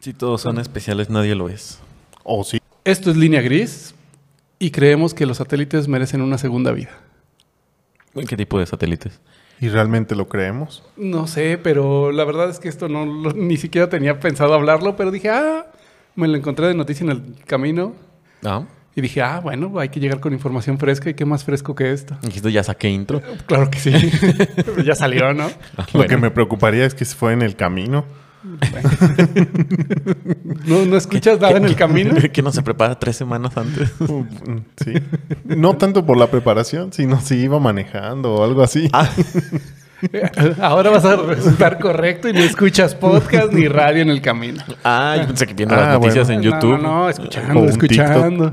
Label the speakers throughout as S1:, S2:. S1: Si todos son especiales, nadie lo es.
S2: O sí.
S3: Esto es Línea Gris y creemos que los satélites merecen una segunda vida.
S1: ¿Qué tipo de satélites?
S2: ¿Y realmente lo creemos?
S3: No sé, pero la verdad es que esto no lo- ni siquiera tenía pensado hablarlo, pero dije, ah, me lo encontré de noticia en el camino
S1: Ah,
S3: y dije, ah, bueno, hay que llegar con información fresca y qué más fresco que esto.
S1: dijiste ya saqué intro.
S3: Claro que sí. ya salió, ¿no?
S1: Ah,
S2: Lo que me preocuparía es que se fue en el camino.
S3: ¿No, no escuchas nada en el camino?
S1: que no se prepara tres semanas antes.
S2: Uh, mm, sí. No tanto por la preparación, sino si iba manejando o algo
S1: Ah,
S2: así.
S3: Ahora vas a resultar correcto y no escuchas podcast ni radio en el camino.
S1: Ah, yo pensé que viendo
S2: Ah,
S1: las noticias en
S3: No,
S1: YouTube.
S3: No, no,
S2: O
S3: escuchando,
S2: un
S3: escuchando.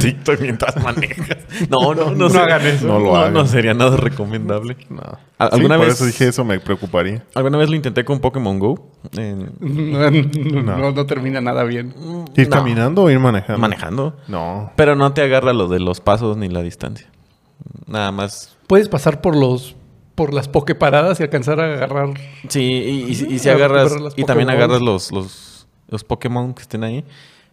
S1: TikTok mientras manejas. No, no, no,
S3: No
S1: sé-
S3: hagan eso.
S2: No lo
S1: no,
S2: hagan.
S1: no sería nada recomendable.
S2: No.
S1: ¿Al-
S2: Sí,
S1: alguna
S2: por
S1: vez-
S2: eso dije eso me preocuparía.
S1: Alguna vez lo intenté con Pokémon Go. en-
S3: No, no, no termina nada bien.
S2: ¿Ir
S1: No,
S2: caminando o ir manejando?
S1: Manejando.
S2: No.
S1: Pero no te agarra lo de los pasos ni la distancia. Nada más.
S3: Puedes pasar por los por las pokeparadas y alcanzar a agarrar.
S1: Sí, y, y- y si
S3: Ah,
S1: agarras.
S3: pero las
S1: Y también
S3: Pokémon.
S1: agarras los, los, los Pokémon que estén ahí.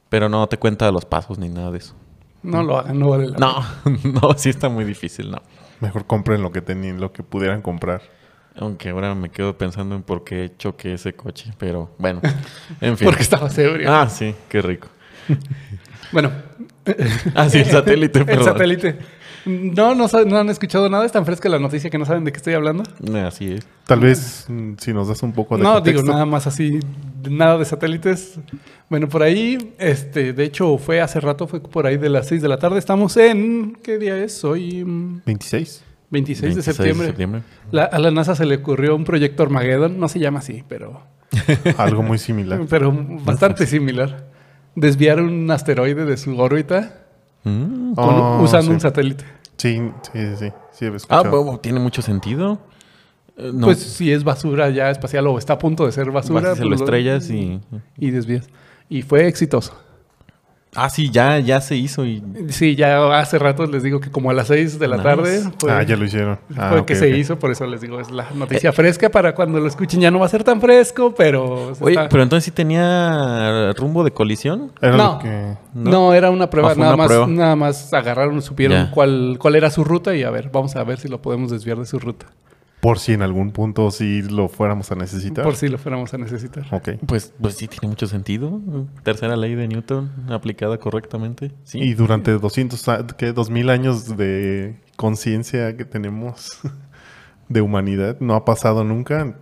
S1: Pero no te cuenta los pasos ni nada de eso.
S3: No lo hagan, no vale la
S1: No, no, sí está muy difícil, no.
S2: Mejor compren lo que tenían, lo que pudieran comprar.
S1: Aunque ahora me quedo pensando en por qué choqué ese coche, pero bueno, en fin.
S3: Porque estabas ebrio.
S1: Ah, sí, qué rico.
S3: Bueno,
S1: Ah, sí, el satélite,
S3: el
S1: perdón.
S3: satélite. No, no, sa- no han escuchado nada. Es tan fresca la noticia que no saben de qué estoy hablando.
S1: Así es.
S2: Tal vez mm, si nos das un poco de
S3: No,
S2: contexto.
S3: digo nada más así, nada de satélites. Bueno, por ahí, este, de hecho fue hace rato, fue por ahí de las 6 de la tarde. Estamos en, ¿qué día es? Hoy mm,
S2: 26.
S3: 26,
S1: 26
S3: de septiembre. La- a la NASA se le ocurrió un proyecto Armageddon, no se llama así, pero
S2: Algo muy similar.
S3: Pero
S1: pues,
S3: bastante similar. Desviar un asteroide de su órbita
S1: Mm.
S3: con-
S2: Oh,
S3: usando
S2: sí.
S3: un satélite.
S2: Sí, sí, sí. Sí, sí, había
S1: Ah,
S2: escuchado.
S1: bueno, tiene mucho sentido. Eh, no,
S3: Pues si es basura ya espacial o está a punto de ser basura.
S1: vas y se
S3: pues
S1: lo estrellas y...
S3: Y desvías. Y fue exitoso.
S1: Ah, sí, ya, ya se hizo y...
S3: Sí, ya hace rato les digo que como a las 6 de la
S1: Nice.
S3: tarde fue,
S2: ah, ya lo hicieron. Ah,
S3: fue
S2: ok,
S3: que
S2: ok.
S3: se hizo, por eso les digo, es
S1: Eh,
S3: la noticia fresca para cuando lo escuchen ya no va a ser tan fresco, pero... se
S1: Oye,
S3: está-
S1: pero entonces sí tenía rumbo de colisión.
S2: Era
S3: No.
S2: lo que...
S3: No. era una prueba,
S1: Ah, fue
S3: nada
S1: una
S3: más,
S1: prueba.
S3: nada más agarraron, supieron
S1: Ya.
S3: cuál, cuál era su ruta y a ver, vamos a ver si lo podemos desviar de su ruta.
S2: Por si en algún punto sí lo fuéramos a necesitar.
S3: Por si lo fuéramos a necesitar.
S2: Ok.
S1: Pues, pues sí, tiene mucho sentido. Tercera ley de Newton aplicada correctamente. Sí.
S2: Y durante 200, a- ¿qué? 2000 años de conciencia que tenemos de humanidad, no ha pasado nunca.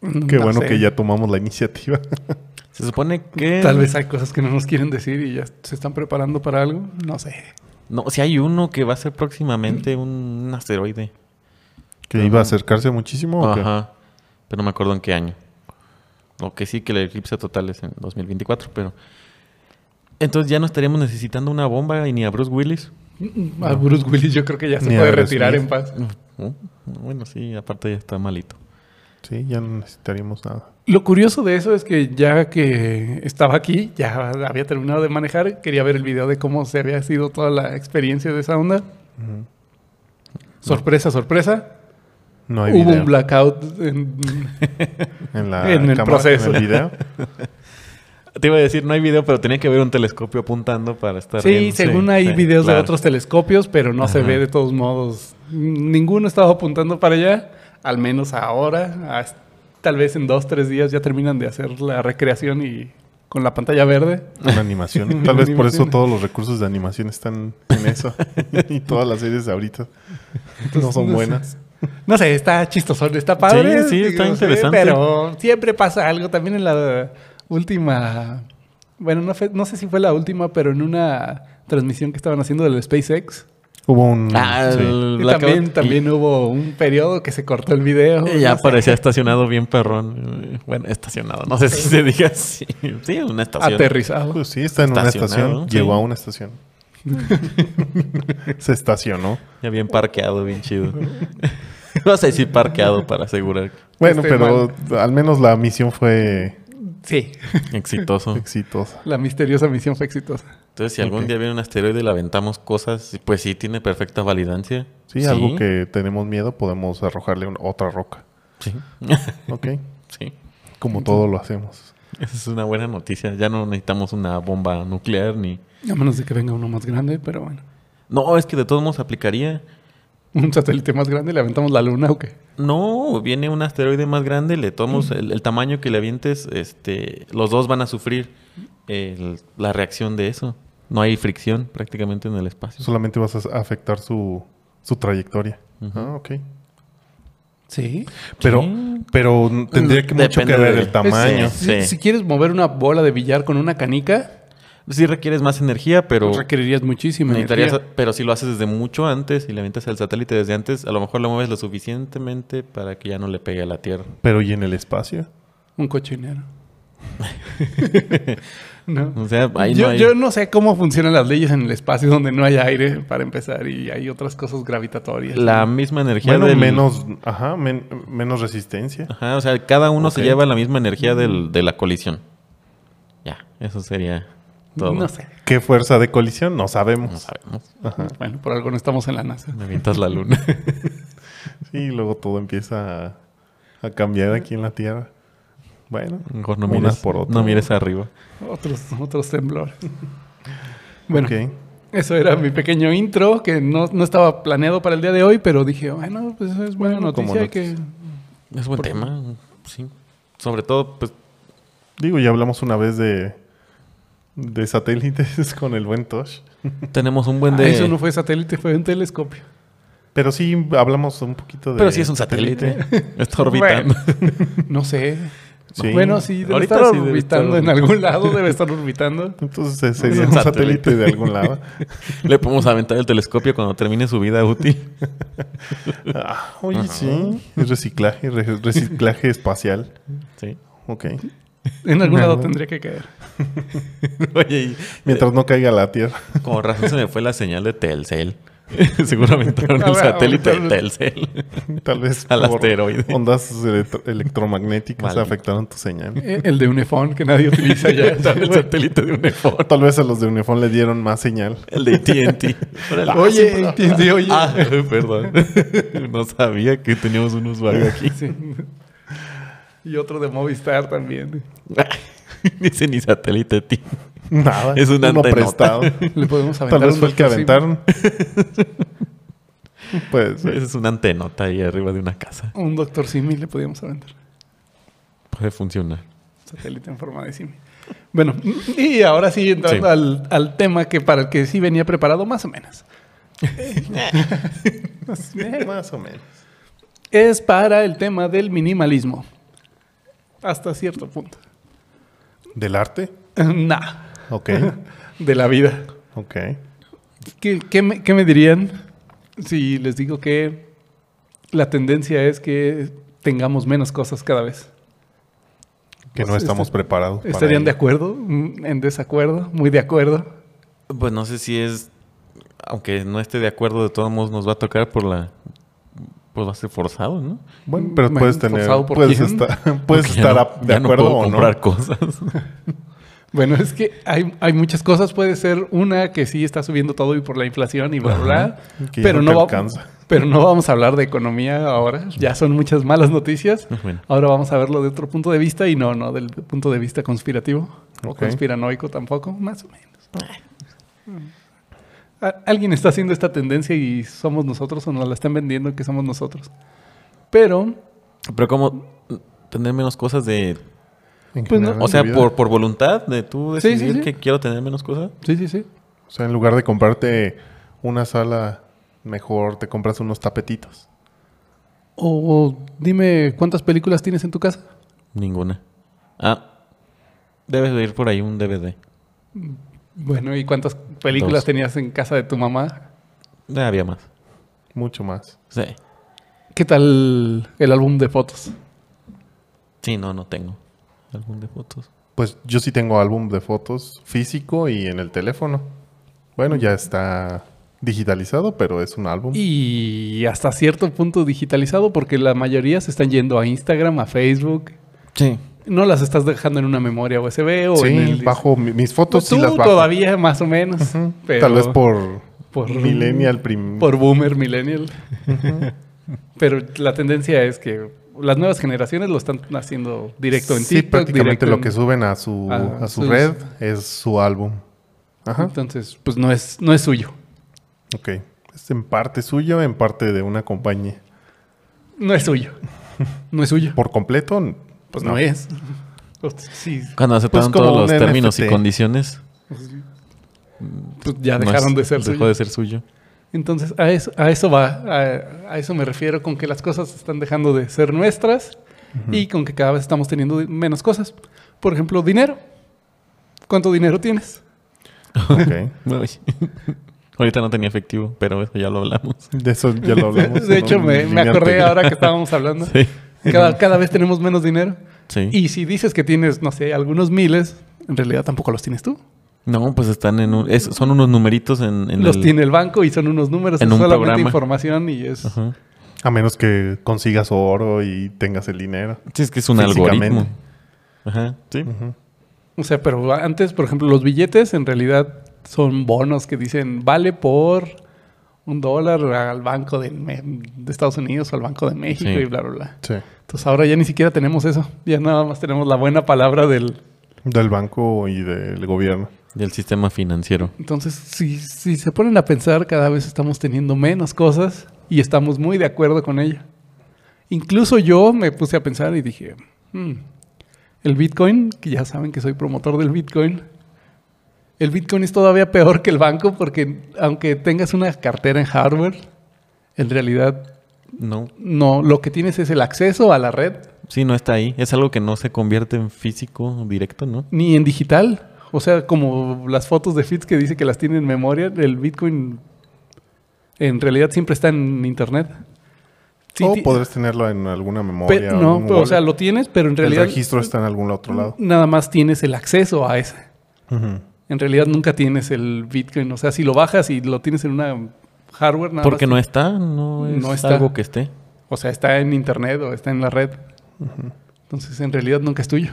S2: Qué
S3: No
S2: bueno
S3: sé.
S2: que ya tomamos la iniciativa.
S1: Se supone que...
S3: Tal vez hay cosas que no nos quieren decir y ya se están preparando para algo. No sé.
S1: No, si hay uno que va a ser próximamente un asteroide.
S2: que iba a acercarse muchísimo. ¿o qué?
S1: Ajá. Pero no me acuerdo en qué año. O que sí, que el eclipse total es en 2024, pero... Entonces ya no estaríamos necesitando una bomba y ni a Bruce Willis.
S3: A Bruce Willis yo creo que ya se
S2: Ni a
S3: puede
S2: Bruce
S3: retirar
S2: Willis.
S3: en paz.
S1: Mm, Bueno, sí, aparte ya está malito.
S2: Sí, ya no necesitaríamos nada.
S3: Lo curioso de eso es que ya que estaba aquí, ya había terminado de manejar, quería ver el video de cómo se había sido toda la experiencia de esa onda. Sorpresa, sorpresa.
S2: No hay
S3: Hubo
S2: video.
S3: un blackout en,
S2: En, la
S3: en el
S2: cámara,
S3: proceso.
S2: en el video.
S1: Te iba a decir, no hay video, pero tenía que haber un telescopio apuntando para estar
S3: Sí,
S1: riéndose.
S3: según hay
S1: Sí,
S3: videos de
S1: claro.
S3: otros telescopios, pero no se
S1: Ajá.
S3: ve de todos modos. Ninguno estaba apuntando para allá, al menos ahora. As- Tal vez en dos, tres días ya terminan de hacer la recreación y con la pantalla verde.
S2: Una animación. Tal vez por eso todos los recursos de animación están en eso. y todas las series de ahorita no son
S3: no sé.
S2: buenas.
S3: No sé, está chistosón, está padre.
S1: Sí, sí, está
S3: no sé,
S1: interesante.
S3: pero siempre pasa algo. También en la última... Bueno, no, fue- no sé si fue la última, pero en una transmisión que estaban haciendo del SpaceX.
S2: Hubo un...
S1: Ah,
S2: sí.
S1: el
S3: Y
S1: blackout.
S3: también, también hubo un periodo que se cortó el video.
S1: Y ya
S3: no sé.
S1: parecía estacionado bien perrón. Bueno, estacionado. No sé si se diga así. Sí, una estación.
S3: aterrizado.
S2: Pues sí, está en una
S1: Estacionado,
S2: estación.
S1: sí.
S2: Llegó a una estación. Se estacionó.
S1: Ya bien parqueado, bien chido. Vas a decir parqueado para asegurar
S2: Bueno,
S3: Este,
S2: pero al menos la misión fue
S3: Sí.
S1: exitoso.
S2: exitosa.
S3: La misteriosa misión fue exitosa.
S1: Entonces, si algún
S2: Ok.
S1: día viene un asteroide y le aventamos cosas, pues sí, tiene perfecta validancia.
S2: Sí, algo que tenemos miedo, podemos arrojarle un- otra roca.
S1: Sí,
S2: Ok.
S1: sí.
S2: Como todo lo hacemos.
S1: Esa es una buena noticia. Ya no necesitamos una bomba nuclear ni.
S3: A menos de que venga uno más grande, pero bueno.
S1: No, es que de todos modos aplicaría.
S3: Un satélite más grande, le aventamos la luna o qué.
S1: No, viene un asteroide más grande, le
S3: Mm.
S1: tomamos el, el tamaño que le avientes, este, los dos van a sufrir el- la reacción de eso. No hay fricción prácticamente en el espacio.
S2: Solamente vas a afectar su, su trayectoria.
S1: Ujú.
S2: Ah, ok.
S3: Sí.
S2: Pero,
S1: Sí.
S2: pero tendría que mucho
S1: Depende
S2: que ver
S1: de-
S2: el tamaño.
S1: Sí.
S3: Pues, eh, Si, si quieres mover una bola de billar con una canica, pues,
S1: Sí requieres más energía, pero
S3: requerirías muchísima
S1: necesitarías-
S3: energía.
S1: pero si lo haces desde mucho antes y le avientas el satélite desde antes, a lo mejor lo mueves lo suficientemente para que ya no le pegue a la Tierra.
S2: Pero ¿y en el espacio?
S3: Un cochinero. no.
S1: O sea, ahí
S3: yo,
S1: no hay...
S3: yo no sé cómo funcionan las leyes en el espacio donde no hay aire para empezar y hay otras cosas gravitatorias.
S1: La misma energía
S2: Bueno,
S1: del- Ah.
S2: menos, ajá, men- menos resistencia.
S1: Ajá, o sea, cada uno se
S2: Ok.
S1: lleva la misma energía
S3: Mm.
S1: del- de la colisión. Ya, eso sería todo.
S3: No sé.
S2: ¿Qué fuerza de colisión? No sabemos.
S1: No sabemos.
S2: Ajá.
S3: Bueno, por algo no estamos en la NASA.
S1: Me avientas la luna.
S2: Y luego todo empieza a, a cambiar aquí en la Tierra. Bueno,
S1: Mejor no
S2: Una
S1: mires,
S2: por otra.
S1: no mires arriba.
S3: Otros, otros temblores. Bueno,
S2: ok.
S3: eso era mi pequeño intro que no, no estaba planeado para el día de hoy, pero dije, bueno, pues es buena
S2: Bueno, como
S3: noticia que...
S2: noticia.
S1: Es buen
S3: Por-
S1: tema, sí. Sobre todo, pues,
S2: Digo, ya hablamos una vez de, de satélites con el buen Tosh.
S1: tenemos un buen
S3: Ah,
S1: de...
S3: Eso no fue satélite, fue un telescopio.
S2: Pero sí hablamos un poquito de...
S1: Pero sí es un satélite. Está orbitando.
S3: No sé.
S2: Sí.
S3: Bueno, sí, debe
S1: Ahorita
S3: estar
S1: sí debe estar
S3: orbitando en
S1: orbitando.
S3: algún lado, debe estar orbitando.
S2: Entonces eh, sería
S1: Es
S2: un
S1: un
S2: satélite
S1: satélite.
S2: de algún lado.
S1: Le podemos aventar el telescopio cuando termine su vida útil.
S2: Ah, oye, sí. Es reciclaje, re- reciclaje espacial.
S1: Sí.
S2: Ok.
S3: En algún
S2: Ajá.
S3: lado tendría que caer.
S1: Oye, y-
S2: Mientras no caiga la Tierra.
S1: Como razón se me fue la señal de Telcel. Seguramente era
S3: A
S1: el
S3: ver,
S1: satélite de
S3: ahorita-
S1: Telcel.
S2: Tal vez
S1: Al
S2: por
S1: asteroide.
S2: ondas electro- electromagnéticas
S1: Maldito.
S2: afectaron tu señal.
S3: Eh, El de Unifón que nadie utiliza ya.
S1: el satélite de Unifón.
S2: Tal vez a los de Unifón le dieron más señal.
S1: El de AT&T. Órale.
S3: Oye, entiende, oye.
S1: Ah, perdón. No sabía que teníamos un usuario aquí.
S3: Sí. Y otro de Movistar también.
S1: Dice ni satélite tiene.
S2: Nada.
S1: Es una
S2: uno
S1: antenota.
S2: prestado.
S3: Le podemos aventar
S2: Tal vez
S3: un
S2: fue el que
S3: doctor Simi.
S2: aventaron. Puede ser.
S1: Es una antenota ahí arriba de una casa.
S3: Un doctor Simi le podíamos aventar.
S1: Puede funcionar.
S3: Satélite en forma de Simi. Bueno, y ahora sí, entrando
S1: Sí.
S3: Al, al tema que para el que sí venía preparado, más o menos.
S2: Eh, Más o menos.
S3: es para el tema del minimalismo. Hasta cierto punto.
S2: ¿Del arte?
S3: Nah,
S2: Ok.
S3: de la vida.
S2: Ok.
S3: ¿Qué, qué me, qué me dirían si les digo que la tendencia es que tengamos menos cosas cada vez?
S2: Que no
S3: Pues,
S2: estamos
S3: este-
S2: preparados. para
S3: ¿Estarían de
S2: ello.
S3: acuerdo? Mm, ¿En desacuerdo? ¿Muy de acuerdo?
S1: Pues no sé si es. Aunque no esté de acuerdo, de todos modos nos va a tocar por la. Pues va a ser forzado, ¿no?
S2: Bueno, pero
S3: Bueno,
S2: puedes tener.
S3: forzado por
S2: Puedes
S3: quién.
S2: estar, puedes
S1: Porque ya
S2: estar
S1: no-
S2: a- de
S1: ya no
S2: acuerdo
S1: puedo
S2: o no.
S1: comprar cosas.
S3: Bueno, es que hay, hay muchas cosas. Puede ser una que sí está subiendo todo y por la inflación y bla, bla, bla.
S2: Que ya
S3: Pero
S2: no
S3: no,
S2: te
S3: va-
S2: alcanza.
S3: pero no vamos a hablar de economía ahora. Ya son muchas malas noticias.
S1: Bueno.
S3: Ahora vamos a verlo de otro punto de vista y no, no del punto de vista conspirativo o
S2: Ok.
S3: conspiranoico tampoco, más o menos. A- Alguien está haciendo esta tendencia y somos nosotros o nos la están vendiendo que somos nosotros. Pero,
S1: Pero como. Tener menos cosas de.
S2: En
S3: Pues no,
S2: general,
S1: O
S2: en
S1: sea,
S2: tu vida.
S1: por, por voluntad de tú
S3: Sí, sí,
S1: decidir
S3: sí.
S1: que quiero tener menos cosas.
S3: sí, sí, sí.
S2: O sea, en lugar de comprarte una sala mejor, te compras unos tapetitos.
S3: O dime cuántas películas tienes en tu casa.
S1: Ninguna. Ah. Debes de ir por ahí un DVD.
S3: Bueno, ¿y cuántas películas
S1: Dos.
S3: tenías en casa de tu mamá?
S1: Ya había más.
S2: Mucho más.
S1: Sí.
S3: ¿Qué tal el álbum de fotos?
S1: Sí, no, no tengo. Álbum de fotos.
S2: Pues yo sí tengo álbum de fotos físico y en el teléfono. Bueno, ya está digitalizado, pero es un álbum.
S3: Y hasta cierto punto digitalizado porque la mayoría se están yendo a Instagram, a Facebook.
S1: Sí.
S3: No las estás dejando en una memoria USB o
S2: sí,
S3: en el...
S2: bajo mi- mis fotos
S3: Pues tú
S2: sí las bajo.
S3: todavía más o menos.
S2: Ujú.
S3: pero
S2: Tal vez por,
S3: por-
S2: millennial prim-
S3: Por boomer millennial. pero la tendencia es que las nuevas generaciones lo están haciendo directo en
S2: sí,
S3: TikTok.
S2: prácticamente
S3: directo
S2: lo
S3: en-
S2: que suben a su,
S3: Ajá,
S2: a su
S3: sí,
S2: red es su álbum. Ajá.
S3: Entonces, pues no es, no es suyo.
S2: Ok. Es en parte suyo, en parte de una compañía.
S3: No es suyo. No es suyo.
S2: Por completo, n-
S3: Pues no, es. Pues, sí.
S1: Cuando aceptaron
S2: Pues, como
S1: todos los
S2: un
S1: términos y
S2: NFT.
S1: condiciones,
S3: Pues ya
S1: no es-
S3: dejaron de ser
S1: dejó
S3: suyo.
S1: de ser suyo.
S3: Entonces, a eso, a eso va. A, a eso me refiero con que las cosas están dejando de ser nuestras y con que cada vez estamos teniendo menos cosas. Por ejemplo, dinero. ¿Cuánto dinero tienes?
S2: Ok.
S1: Uy. Ahorita no tenía efectivo, pero eso ya lo hablamos.
S2: De eso ya lo hablamos.
S3: De hecho,
S2: ¿no?
S3: me,
S2: En
S3: me
S2: línea
S3: acordé
S2: anterior.
S3: ahora que estábamos hablando.
S1: Sí.
S3: Cada, cada vez tenemos menos dinero.
S1: Sí.
S3: Y si dices que tienes, no sé, algunos miles, en realidad tampoco los tienes tú.
S1: No, pues están en un. es- son unos numeritos en, en
S3: los
S1: el-
S3: tiene el banco y son unos números,
S1: en
S3: es
S1: un
S3: solamente
S1: programa.
S3: información y es...
S1: Ajá.
S2: A menos que consigas oro y tengas el dinero.
S1: Sí, es que es un
S2: Físicamente.
S1: algoritmo. Ajá. Sí.
S3: O sea, pero antes, por ejemplo, los billetes en realidad son bonos que dicen vale por un dólar al Banco de, Me- de Estados Unidos o al Banco de México
S1: Sí.
S3: y bla, bla, bla.
S2: Sí.
S3: Entonces ahora ya ni siquiera tenemos eso. Ya nada más tenemos la buena palabra del...
S2: Del banco y del gobierno.
S1: Del sistema financiero.
S3: Entonces, si, si se ponen a pensar, cada vez estamos teniendo menos cosas y estamos muy de acuerdo con ello. Incluso yo me puse a pensar y dije, "Hmm, el Bitcoin, que ya saben que soy promotor del Bitcoin, el Bitcoin es todavía peor que el banco porque aunque tengas una cartera en hardware, en realidad
S1: No.
S3: no, lo que tienes es el acceso a la red,
S1: Sí, no está ahí. Es algo que no se convierte en físico directo, ¿no?
S3: ni en digital. O sea, como las fotos de Fitz que dice que las tiene en memoria, el Bitcoin en realidad siempre está en internet. Sí,
S2: o
S3: ti-
S2: podrás tenerlo en alguna memoria.
S3: pe-
S2: o
S3: no,
S2: algún
S3: pero, o sea,
S2: wallet.
S3: lo tienes, pero en
S2: el
S3: realidad
S2: registro está en algún otro lado.
S3: nada más tienes el acceso a ese.
S2: Ujú.
S3: En realidad nunca tienes el Bitcoin. O sea, si lo bajas y lo tienes en una hardware, nada
S1: Porque
S3: más-
S1: no está, no es
S3: No está.
S1: algo que esté.
S3: O sea, está en internet o está en la red. Entonces, en realidad nunca es tuyo.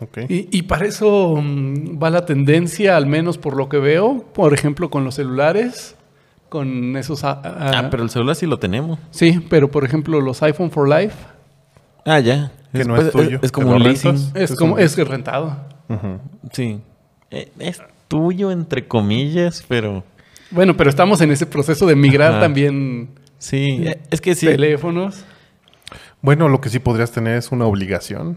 S2: Ok.
S3: Y, y para eso mm, va la tendencia, al menos por lo que veo, por ejemplo, con los celulares, con esos... a- a-
S1: Ah, pero el celular sí lo tenemos.
S3: Sí, pero por ejemplo los iPhone for Life
S1: Ah, ya.
S2: Que no es
S1: pues,
S2: tuyo.
S1: Es como
S2: ¿Te lo
S1: un
S2: rentas?
S1: leasing.
S3: es,
S2: Es
S3: como,
S2: un-
S3: es rentado.
S2: Ujú.
S1: Sí. Eh, Es tuyo, entre comillas, pero.
S3: Bueno, pero estamos en ese proceso de migrar
S1: Ajá.
S3: también
S1: Sí. eh, Es que sí.
S3: teléfonos.
S2: Bueno, lo que sí podrías tener es una obligación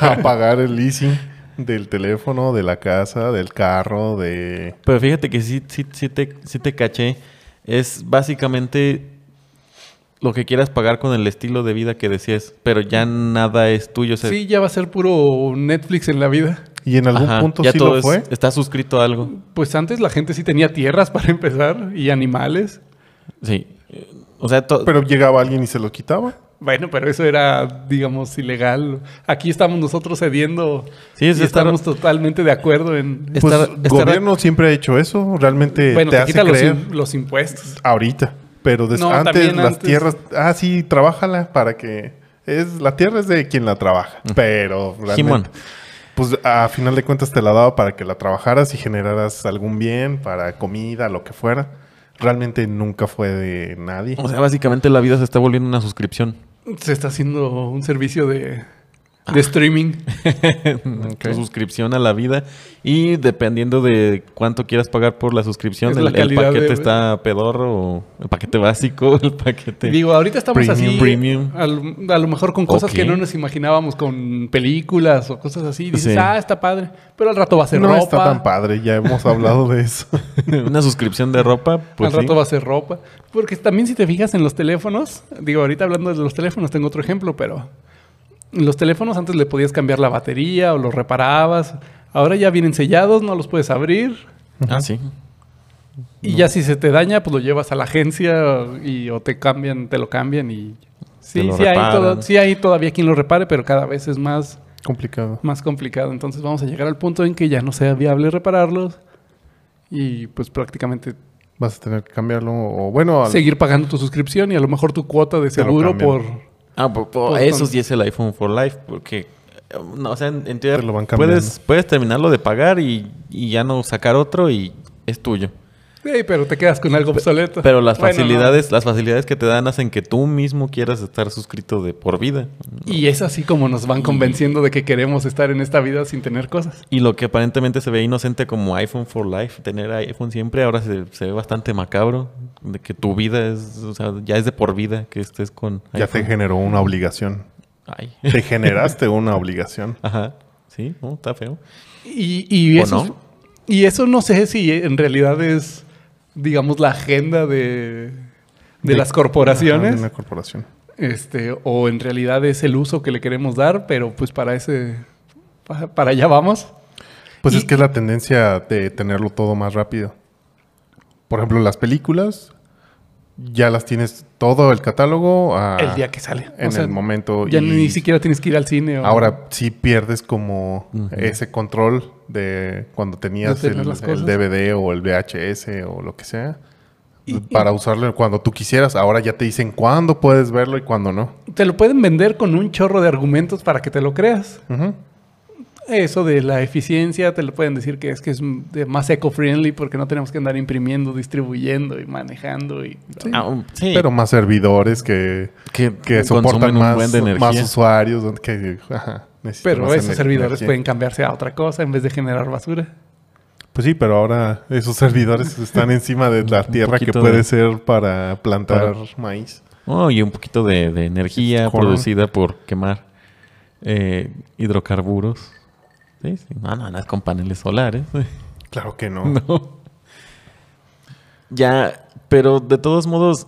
S2: a pagar el leasing del teléfono, de la casa, del carro, de...
S1: Pero fíjate que sí, sí, sí, te, sí te caché. Es básicamente lo que quieras pagar con el estilo de vida que decías, pero ya nada es tuyo. o sea,
S3: Sí, ya va a ser puro Netflix en la vida.
S2: Y en algún
S1: ajá,
S2: punto
S1: ya
S2: sí
S1: todo
S2: lo
S1: es-
S2: fue.
S1: está suscrito a algo.
S3: Pues antes la gente sí tenía tierras para empezar y animales.
S1: Sí. Eh, O sea, to-
S2: Pero llegaba alguien y se lo quitaba.
S3: Bueno, pero eso era, digamos, ilegal. Aquí estamos nosotros cediendo.
S1: Sí, es
S3: y
S1: estar-
S3: estamos totalmente de acuerdo en...
S1: Es-
S2: Pues
S1: Estar- estar-
S2: gobierno siempre ha hecho eso. Realmente
S3: bueno,
S2: te,
S3: te,
S2: hace
S3: quita los,
S2: creer
S3: im- los impuestos.
S2: ahorita. Pero des-
S3: No,
S2: antes
S3: también
S2: las
S3: antes.
S2: tierras... Ah, sí, trabájala para que... Es, la tierra es de quien la trabaja. Pero realmente...
S1: Jimón.
S2: Pues a final de cuentas te la daba para que la trabajaras y generaras algún bien para comida, lo que fuera. Realmente nunca fue de nadie.
S1: o sea, básicamente la vida se está volviendo una suscripción.
S3: Se está haciendo un servicio de, de streaming.
S1: Tu suscripción a la vida. Y dependiendo de cuánto quieras pagar por la suscripción,
S3: Es
S1: el,
S3: la
S1: el
S3: calidad
S1: paquete
S3: de-
S1: está pedorro, o el paquete básico, el paquete.
S3: Digo, ahorita estamos
S1: Premium,
S3: así.
S1: premium.
S3: A, lo, a lo mejor con cosas
S1: Ok.
S3: que no nos imaginábamos, con películas o cosas así. y Dices,
S1: Sí.
S3: ah, está padre. Pero al rato va a ser
S2: no
S3: ropa.
S2: está tan padre, ya hemos hablado de eso.
S1: una suscripción de ropa, pues.
S3: al
S1: sí.
S3: rato va a ser ropa. Porque también si te fijas en los teléfonos, digo, ahorita hablando de los teléfonos, tengo otro ejemplo, pero en los teléfonos antes le podías cambiar la batería o los reparabas. Ahora ya vienen sellados, no los puedes abrir.
S1: Ah, sí.
S3: Y ya si se te daña, pues lo llevas a la agencia y o te cambian, te lo cambian y... Sí,
S1: lo
S3: sí hay,
S1: reparan.
S3: todo- sí hay todavía quien lo repare, pero cada vez es más,
S2: Complicado.
S3: más complicado. Entonces vamos a llegar al punto en que ya no sea viable repararlos y pues prácticamente
S2: Vas a tener que cambiarlo o bueno, al-
S3: seguir pagando tu suscripción y a lo mejor tu cuota de
S2: Te lo
S3: seguro
S2: cambian.
S3: por...
S1: Ah, por, por-
S3: Pues,
S1: eso
S3: con-
S1: sí es el iPhone for Life, porque, eh, no, o sea, en, en teoría
S2: Te lo van cambiando.
S1: puedes, puedes terminarlo de pagar y, y ya no sacar otro y es tuyo.
S3: Sí, pero te quedas con algo obsoleto.
S1: Pero las
S3: Bueno, no.
S1: facilidades, las facilidades que te dan hacen que tú mismo quieras estar suscrito de por vida.
S3: Y es así como nos van convenciendo de que queremos estar en esta vida sin tener cosas.
S1: Y lo que aparentemente se ve inocente como iPhone for life, tener iPhone siempre, ahora se, se ve bastante macabro. De que tu vida es, o sea, ya es de por vida que estés con
S2: Ya te
S1: iPhone.
S2: generó una obligación.
S1: Ay.
S2: Te generaste una obligación.
S1: Ajá. Sí, no, está feo.
S3: Y, y
S1: ¿O
S3: eso,
S1: no?
S3: y eso no sé si en realidad es, digamos, la agenda de, de
S2: De-
S3: las
S2: Ajá,
S3: corporaciones.
S2: de una corporación.
S3: este, o en realidad es el uso que le queremos dar, pero pues para ese, pa- para allá vamos.
S2: Pues
S3: Y-
S2: es que es la tendencia de tenerlo todo más rápido. Por ejemplo, las películas ya las tienes todo el catálogo a-
S3: el día que sale.
S2: Ah, en
S3: O sea,
S2: el momento.
S3: Ya
S2: y
S3: ni siquiera tienes que ir al cine. o-
S2: Ahora sí pierdes como
S1: Ujú.
S2: ese control de cuando tenías
S3: tener
S2: el,
S3: las
S2: el
S3: cosas.
S2: DVD o el VHS o lo que sea.
S3: Y-
S2: para usarlo cuando tú quisieras. Ahora ya te dicen cuándo puedes verlo y cuándo no.
S3: Te lo pueden vender con un chorro de argumentos para que te lo creas.
S2: Ujú.
S3: Eso de la eficiencia, te lo pueden decir que es que es de más eco-friendly porque no tenemos que andar imprimiendo, distribuyendo y manejando. Y...
S2: Sí.
S1: Ah, um, sí,
S2: Pero más servidores que,
S1: que,
S2: que
S1: consumen
S2: soportan
S1: un
S2: más,
S1: buen de energía.
S2: más usuarios. Que, ajá, necesitan
S3: Pero
S2: más
S3: esos
S2: ener-
S3: servidores
S2: energía.
S3: pueden cambiarse a otra cosa en vez de generar basura.
S2: Pues sí, pero ahora esos servidores están encima de la
S1: Un
S2: tierra que
S1: poquito
S2: puede
S1: de-
S2: ser para plantar maíz.
S1: Oh, y un poquito de, de energía
S2: Corn.
S1: producida por quemar eh, hidrocarburos. Sí, sí. No, no, no es con paneles solares.
S2: Claro que no.
S1: No. Ya, pero de todos modos,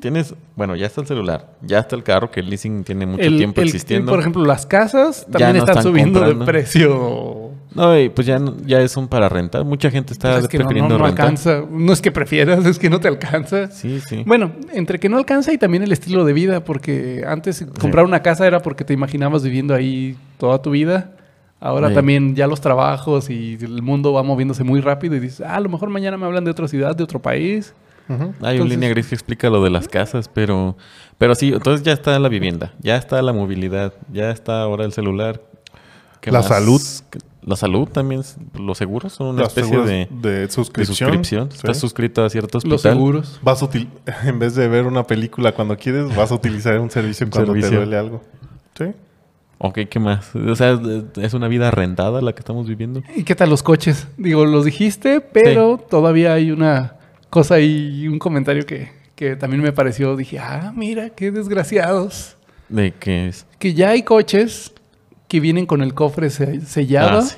S1: tienes. Bueno, ya está el celular, ya está el carro, que el leasing tiene mucho
S3: El-
S1: tiempo
S3: el-
S1: existiendo.
S3: Por ejemplo, las casas
S1: Ya
S3: también
S1: no
S3: están,
S1: están
S3: subiendo
S1: comprando.
S3: de precio.
S1: No, y pues ya, no- ya son para rentar. Mucha gente está
S3: Pues es que no, no,
S1: prefiriendo
S3: no
S1: rentar.
S3: alcanza. No es que prefieras, es que no te alcanza.
S1: Sí, sí.
S3: Bueno, entre que no alcanza y también el estilo de vida, porque antes comprar una casa era porque te imaginabas viviendo ahí toda tu vida. Ahora
S1: Sí.
S3: también ya los trabajos y el mundo va moviéndose muy rápido y dices, ah, a lo mejor mañana me hablan de otra ciudad, de otro país.
S2: Ujú.
S1: Hay
S3: Entonces-
S1: una línea gris que explica lo de las casas, pero, pero sí, entonces ya está la vivienda, ya está la movilidad, ya está ahora el celular. ¿Qué
S2: La salud.
S1: La salud también, es- los seguros son una
S2: Las
S1: especie
S2: seguras
S1: de, de
S2: suscripción.
S1: suscripción.
S2: sí.
S1: Estás suscrito a cierto hospital.
S3: Los seguros.
S2: Vas a util- en vez de ver una película cuando quieres, vas a utilizar un servicio
S1: Un
S2: cuando te
S1: servicio.
S2: duele algo. Sí.
S1: Ok, ¿qué más? O sea, es una vida rentada la que estamos viviendo.
S3: ¿Y qué tal los coches? Digo, los dijiste, pero todavía hay una cosa ahí, un comentario que, que también me pareció. Dije, ah, mira, qué desgraciados.
S1: De que es.
S3: Que ya hay coches que vienen con el cofre se- sellado
S1: Ah, sí.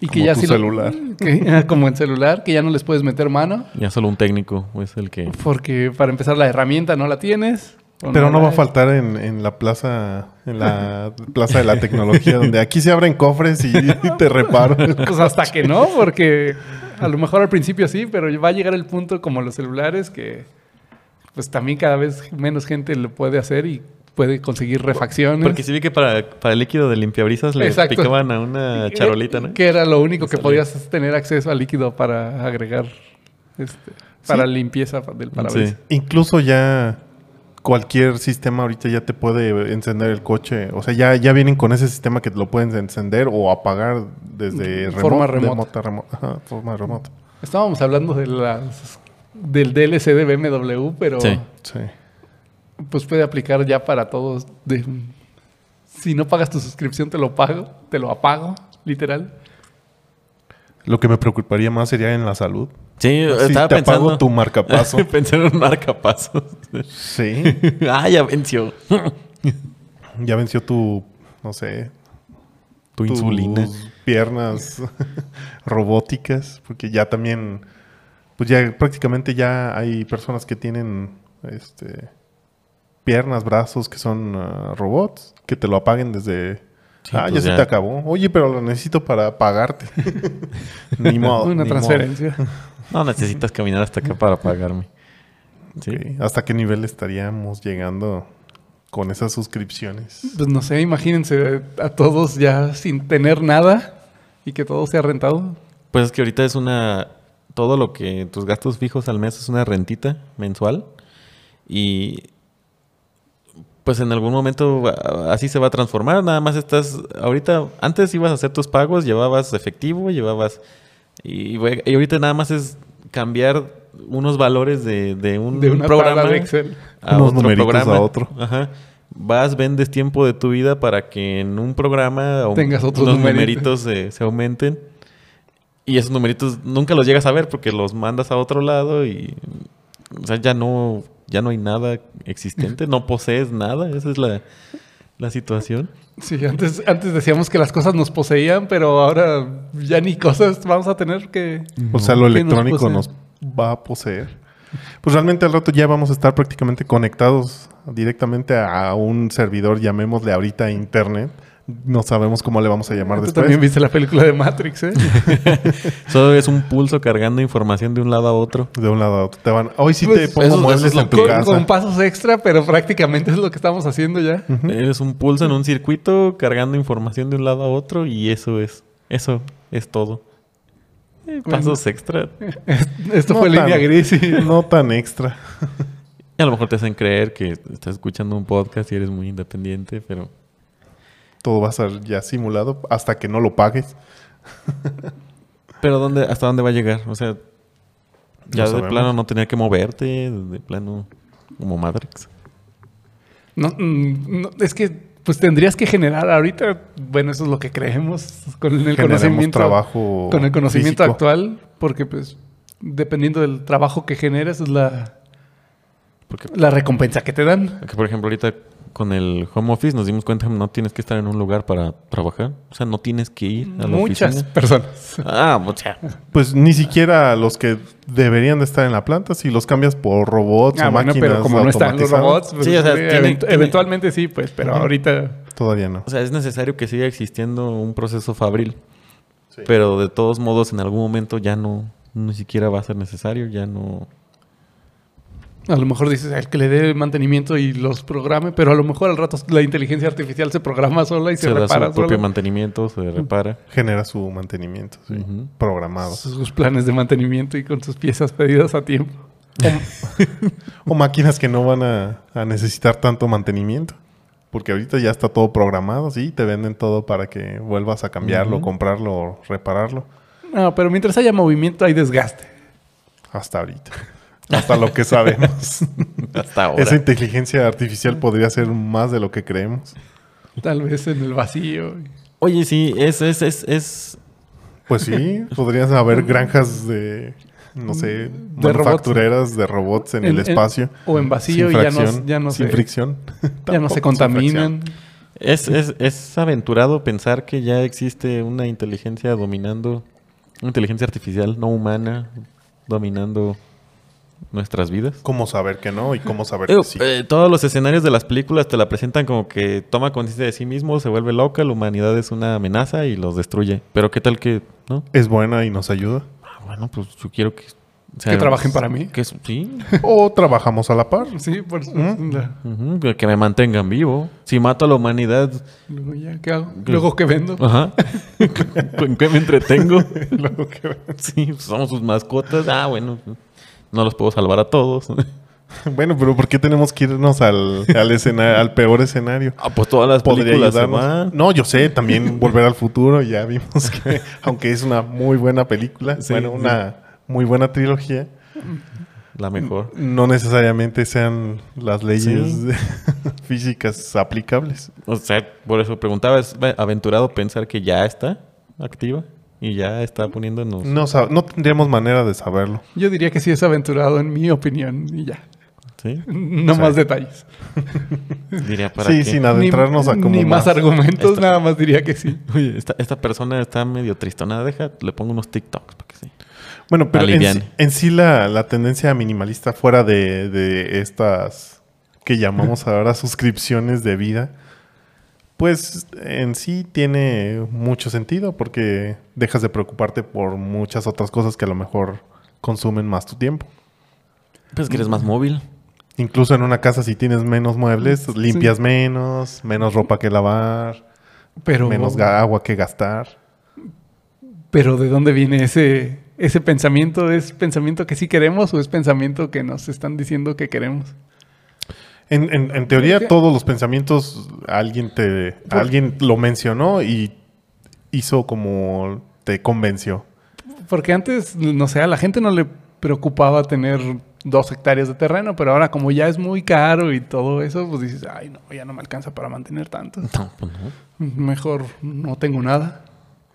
S3: y que
S2: Como
S3: ya
S2: tu
S3: sí lo-
S2: celular.
S3: que- como el celular, que ya no les puedes meter mano
S1: Ya solo un técnico es el que.
S3: porque para empezar la herramienta no la tienes. o
S2: Pero no
S3: la
S2: va a
S3: hay.
S2: faltar en, en la plaza, en la plaza de la tecnología, donde aquí se abren cofres y te reparo.
S3: Pues hasta que no, porque a lo mejor al principio sí, pero va a llegar el punto como los celulares que pues también cada vez menos gente lo puede hacer y puede conseguir refacciones.
S1: Porque sí vi que para, para el líquido de limpiabrisas le
S3: Exacto.
S1: picaban a una charolita, ¿no?
S3: Que era lo único que
S1: Salía.
S3: podías tener acceso al líquido para agregar este, para limpieza del parabrisas.
S1: Sí.
S2: Incluso ya cualquier sistema ahorita ya te puede encender el coche. O sea, ya, ya vienen con ese sistema que lo pueden encender o apagar desde
S3: Forma
S2: remo- remota,
S3: remota.
S2: remo- ajá, forma remota.
S3: Estábamos hablando de las del DLC de BMW, pero
S1: Sí.
S2: Sí.
S3: pues puede aplicar ya para todos. De, si no pagas tu suscripción, te lo pago, te lo apago, literal.
S2: Lo que me preocuparía más sería en la salud.
S1: Sí,
S2: si
S1: estaba
S2: te
S1: pensando.
S2: apago tu marcapaso.
S1: Pensé en un marcapasos.
S2: sí.
S1: ah, ya venció.
S2: Ya venció tu, no sé,
S1: Tu
S2: tus
S1: insulina.
S2: piernas robóticas, porque ya también, pues ya prácticamente ya hay personas que tienen, este, piernas, brazos que son ah, robots, que te lo apaguen desde,
S1: Sí,
S2: ah,
S1: pues
S2: ya se
S1: ya.
S2: te acabó, oye, pero lo necesito para pagarte, ni modo,
S3: Una
S2: ni
S3: transferencia.
S1: No necesitas caminar hasta acá para pagarme. Sí.
S2: modo. Ok, ¿Hasta qué nivel estaríamos llegando con esas suscripciones?
S3: Pues no sé, imagínense a todos ya sin tener nada y que todo sea rentado.
S1: Pues es que ahorita es una. Todo lo que tus gastos fijos al mes es una rentita mensual. Y. Pues en algún momento a- así se va a transformar. Nada más estás. Ahorita. Antes ibas a hacer tus pagos, llevabas efectivo, llevabas. Y, y ahorita nada más es cambiar unos valores de, de un
S3: de una
S1: programa
S3: tabla de Excel.
S1: a
S2: Unos
S1: otro
S2: numeritos
S1: programa.
S2: a otro.
S1: Ajá. Vas, vendes tiempo de tu vida para que en un programa o
S3: Tengas otros
S1: unos
S3: numeritos.
S1: numeritos eh, se, se aumenten. Y esos numeritos nunca los llegas a ver porque los mandas a otro lado y o sea, ya no ya no hay nada existente, no posees nada, esa es la, la situación.
S3: Sí, antes, antes decíamos que las cosas nos poseían, pero ahora ya ni cosas vamos a tener que...
S2: O sea, lo
S3: ¿Qué nos
S2: electrónico
S3: posee?
S2: nos va a poseer. Pues realmente al rato ya vamos a estar prácticamente conectados directamente a un servidor, llamémosle ahorita internet. No sabemos cómo le vamos a llamar
S3: Ah, Tú
S2: después.
S3: también viste la película de Matrix, ¿eh?
S1: Solo es un pulso cargando información de un lado a otro.
S2: De un lado a otro. Te van, hoy sí
S3: Pues,
S2: te pongo
S1: eso-
S2: muebles
S1: eso es lo
S2: en tu
S1: que-
S3: con,
S2: casa.
S3: con pasos extra, pero prácticamente es lo que estamos haciendo ya.
S1: Es un pulso en un circuito cargando información de un lado a otro y eso es, eso es todo. Eh,
S3: Bueno.
S1: Pasos extra.
S3: Esto
S2: No
S3: fue
S2: tan-
S3: línea gris y...
S2: No tan extra.
S1: Y a lo mejor te hacen creer que estás escuchando un podcast y eres muy independiente, pero
S2: Todo va a ser ya simulado hasta que no lo pagues.
S1: pero dónde hasta dónde va a llegar? O sea, ya de
S2: sabemos.
S1: plano no tener que moverte, de plano como Matrix.
S3: No, mm, no, es que pues tendrías que generar ahorita, bueno, eso es lo que creemos con el
S2: Generamos
S3: conocimiento
S2: trabajo
S3: con el conocimiento
S2: físico.
S3: actual, porque pues dependiendo del trabajo que generes es la
S1: Porque
S3: la recompensa que te dan.
S1: Que por ejemplo ahorita con el home office nos dimos cuenta que no tienes que estar en un lugar para trabajar. O sea, no tienes que ir a la
S3: Muchas
S1: oficina.
S3: personas.
S1: Ah, o sea.
S2: Pues ni siquiera los que deberían de estar en la planta, si los cambias por robots
S3: Ah,
S2: o
S3: bueno,
S2: máquinas
S3: pero como no están los
S2: automatizadas,
S3: robots, pues,
S1: Sí, o sea,
S3: eh,
S1: tienen-
S3: event-
S1: tienen-
S3: eventualmente sí, pues, pero ahorita
S2: Todavía no.
S1: O sea, es necesario que siga existiendo un proceso fabril. Pero de todos modos, en algún momento ya no, ni siquiera va a ser necesario, ya no.
S3: a lo mejor dices el que le dé mantenimiento y los programe, pero a lo mejor al rato la inteligencia artificial se programa sola y
S1: Se,
S3: se,
S1: da
S3: repara
S1: su propio
S3: sola.
S1: mantenimiento, se repara.
S2: Genera su mantenimiento, sí.
S1: Ujú.
S2: Programado.
S3: sus planes de mantenimiento y con sus piezas pedidas a tiempo.
S2: O máquinas que no van a, a necesitar tanto mantenimiento. Porque ahorita ya está todo programado, sí, te venden todo para que vuelvas a cambiarlo,
S1: Ujú.
S2: comprarlo o repararlo.
S3: No, pero mientras haya movimiento hay desgaste.
S2: Hasta ahorita. Hasta lo que sabemos.
S1: Hasta ahora.
S2: Esa inteligencia artificial podría ser más de lo que creemos.
S3: Tal vez en el vacío.
S1: Oye, sí, es, es, es, es.
S2: Pues sí, podrías haber granjas de, no sé,
S3: De robots.
S2: manufactureras de robots en, el
S3: En- en-
S2: espacio.
S3: o en vacío
S2: sin
S3: y ya no-
S2: fracción,
S3: ya no
S2: sin
S3: se-
S2: fricción.
S3: ya no se
S2: Tampoco sin
S3: contaminan.
S2: fracción.
S1: Es, es, es aventurado pensar que ya existe una inteligencia dominando, una inteligencia artificial no humana dominando nuestras vidas.
S2: ¿Cómo saber que no y cómo saber
S1: Digo,
S2: que sí?
S1: eh, todos los escenarios de las películas te la presentan como que toma conciencia de sí mismo, se vuelve loca, la humanidad es una amenaza y los destruye. Pero qué tal que, ¿no?
S2: ¿Es buena y nos ayuda?
S1: Ah, bueno, pues yo quiero que... o
S3: Que trabajen para mí.
S1: Que, su- sí,
S2: ¿O trabajamos a la par?
S3: Sí, por su-
S2: ¿Mm?
S3: la-
S1: ujú, que- que me mantengan vivo. Si mato a la humanidad,
S3: Luego ya, ¿qué hago? Luego que vendo.
S2: Ah.
S1: ajá, ¿con qué me entretengo?
S2: Luego que-
S1: Sí, pues, somos sus mascotas. Ah, bueno, no los puedo salvar a todos.
S2: bueno, pero ¿por qué tenemos que irnos al, al, escena- al peor escenario?
S1: Ah, pues todas las
S2: Podría
S1: películas se van.
S2: ayudarnos. No, yo sé, también Volver al Futuro, ya vimos que, aunque es una muy buena película,
S1: Sí,
S2: bueno,
S1: sí.
S2: una muy buena trilogía,
S1: La mejor.
S2: no necesariamente sean las leyes
S1: Sí.
S2: físicas aplicables.
S1: O sea, por eso preguntaba, es aventurado pensar que ya está activa y ya está poniéndonos.
S2: No, sab- no tendríamos manera de saberlo.
S3: Yo diría que sí es aventurado en mi opinión y ya.
S1: ¿sí?
S3: No
S2: Sí.
S3: más detalles.
S1: Diría para
S2: Sí,
S1: qué?
S2: sin adentrarnos
S3: ni,
S2: a como
S3: ni más, argumentos,
S1: Esto-
S3: nada más diría que sí.
S1: Oye, esta, esta persona está medio tristona. Deja, le pongo unos TikToks para que sí.
S2: Bueno, pero en,
S1: Aliviane.
S2: sí- en sí la, la tendencia minimalista fuera de, de estas que llamamos ahora suscripciones de vida, pues en sí tiene mucho sentido porque dejas de preocuparte por muchas otras cosas que a lo mejor consumen más tu tiempo.
S1: Pues que eres más móvil.
S2: Incluso en una casa si tienes menos muebles, limpias menos, menos ropa que lavar,
S3: Pero,
S2: menos ga- agua que gastar.
S3: pero ¿de dónde viene ese, ese pensamiento? ¿Es pensamiento que sí queremos o es pensamiento que nos están diciendo que queremos?
S2: En, en- en teoría, todos los pensamientos alguien te alguien lo mencionó y hizo como te convenció.
S3: Porque antes, no sé, a la gente no le preocupaba tener dos hectáreas de terreno, pero ahora como ya es muy caro y todo eso, pues dices, ay, no, ya no me alcanza para mantener tanto.
S1: No, pues no.
S3: Mejor no tengo nada.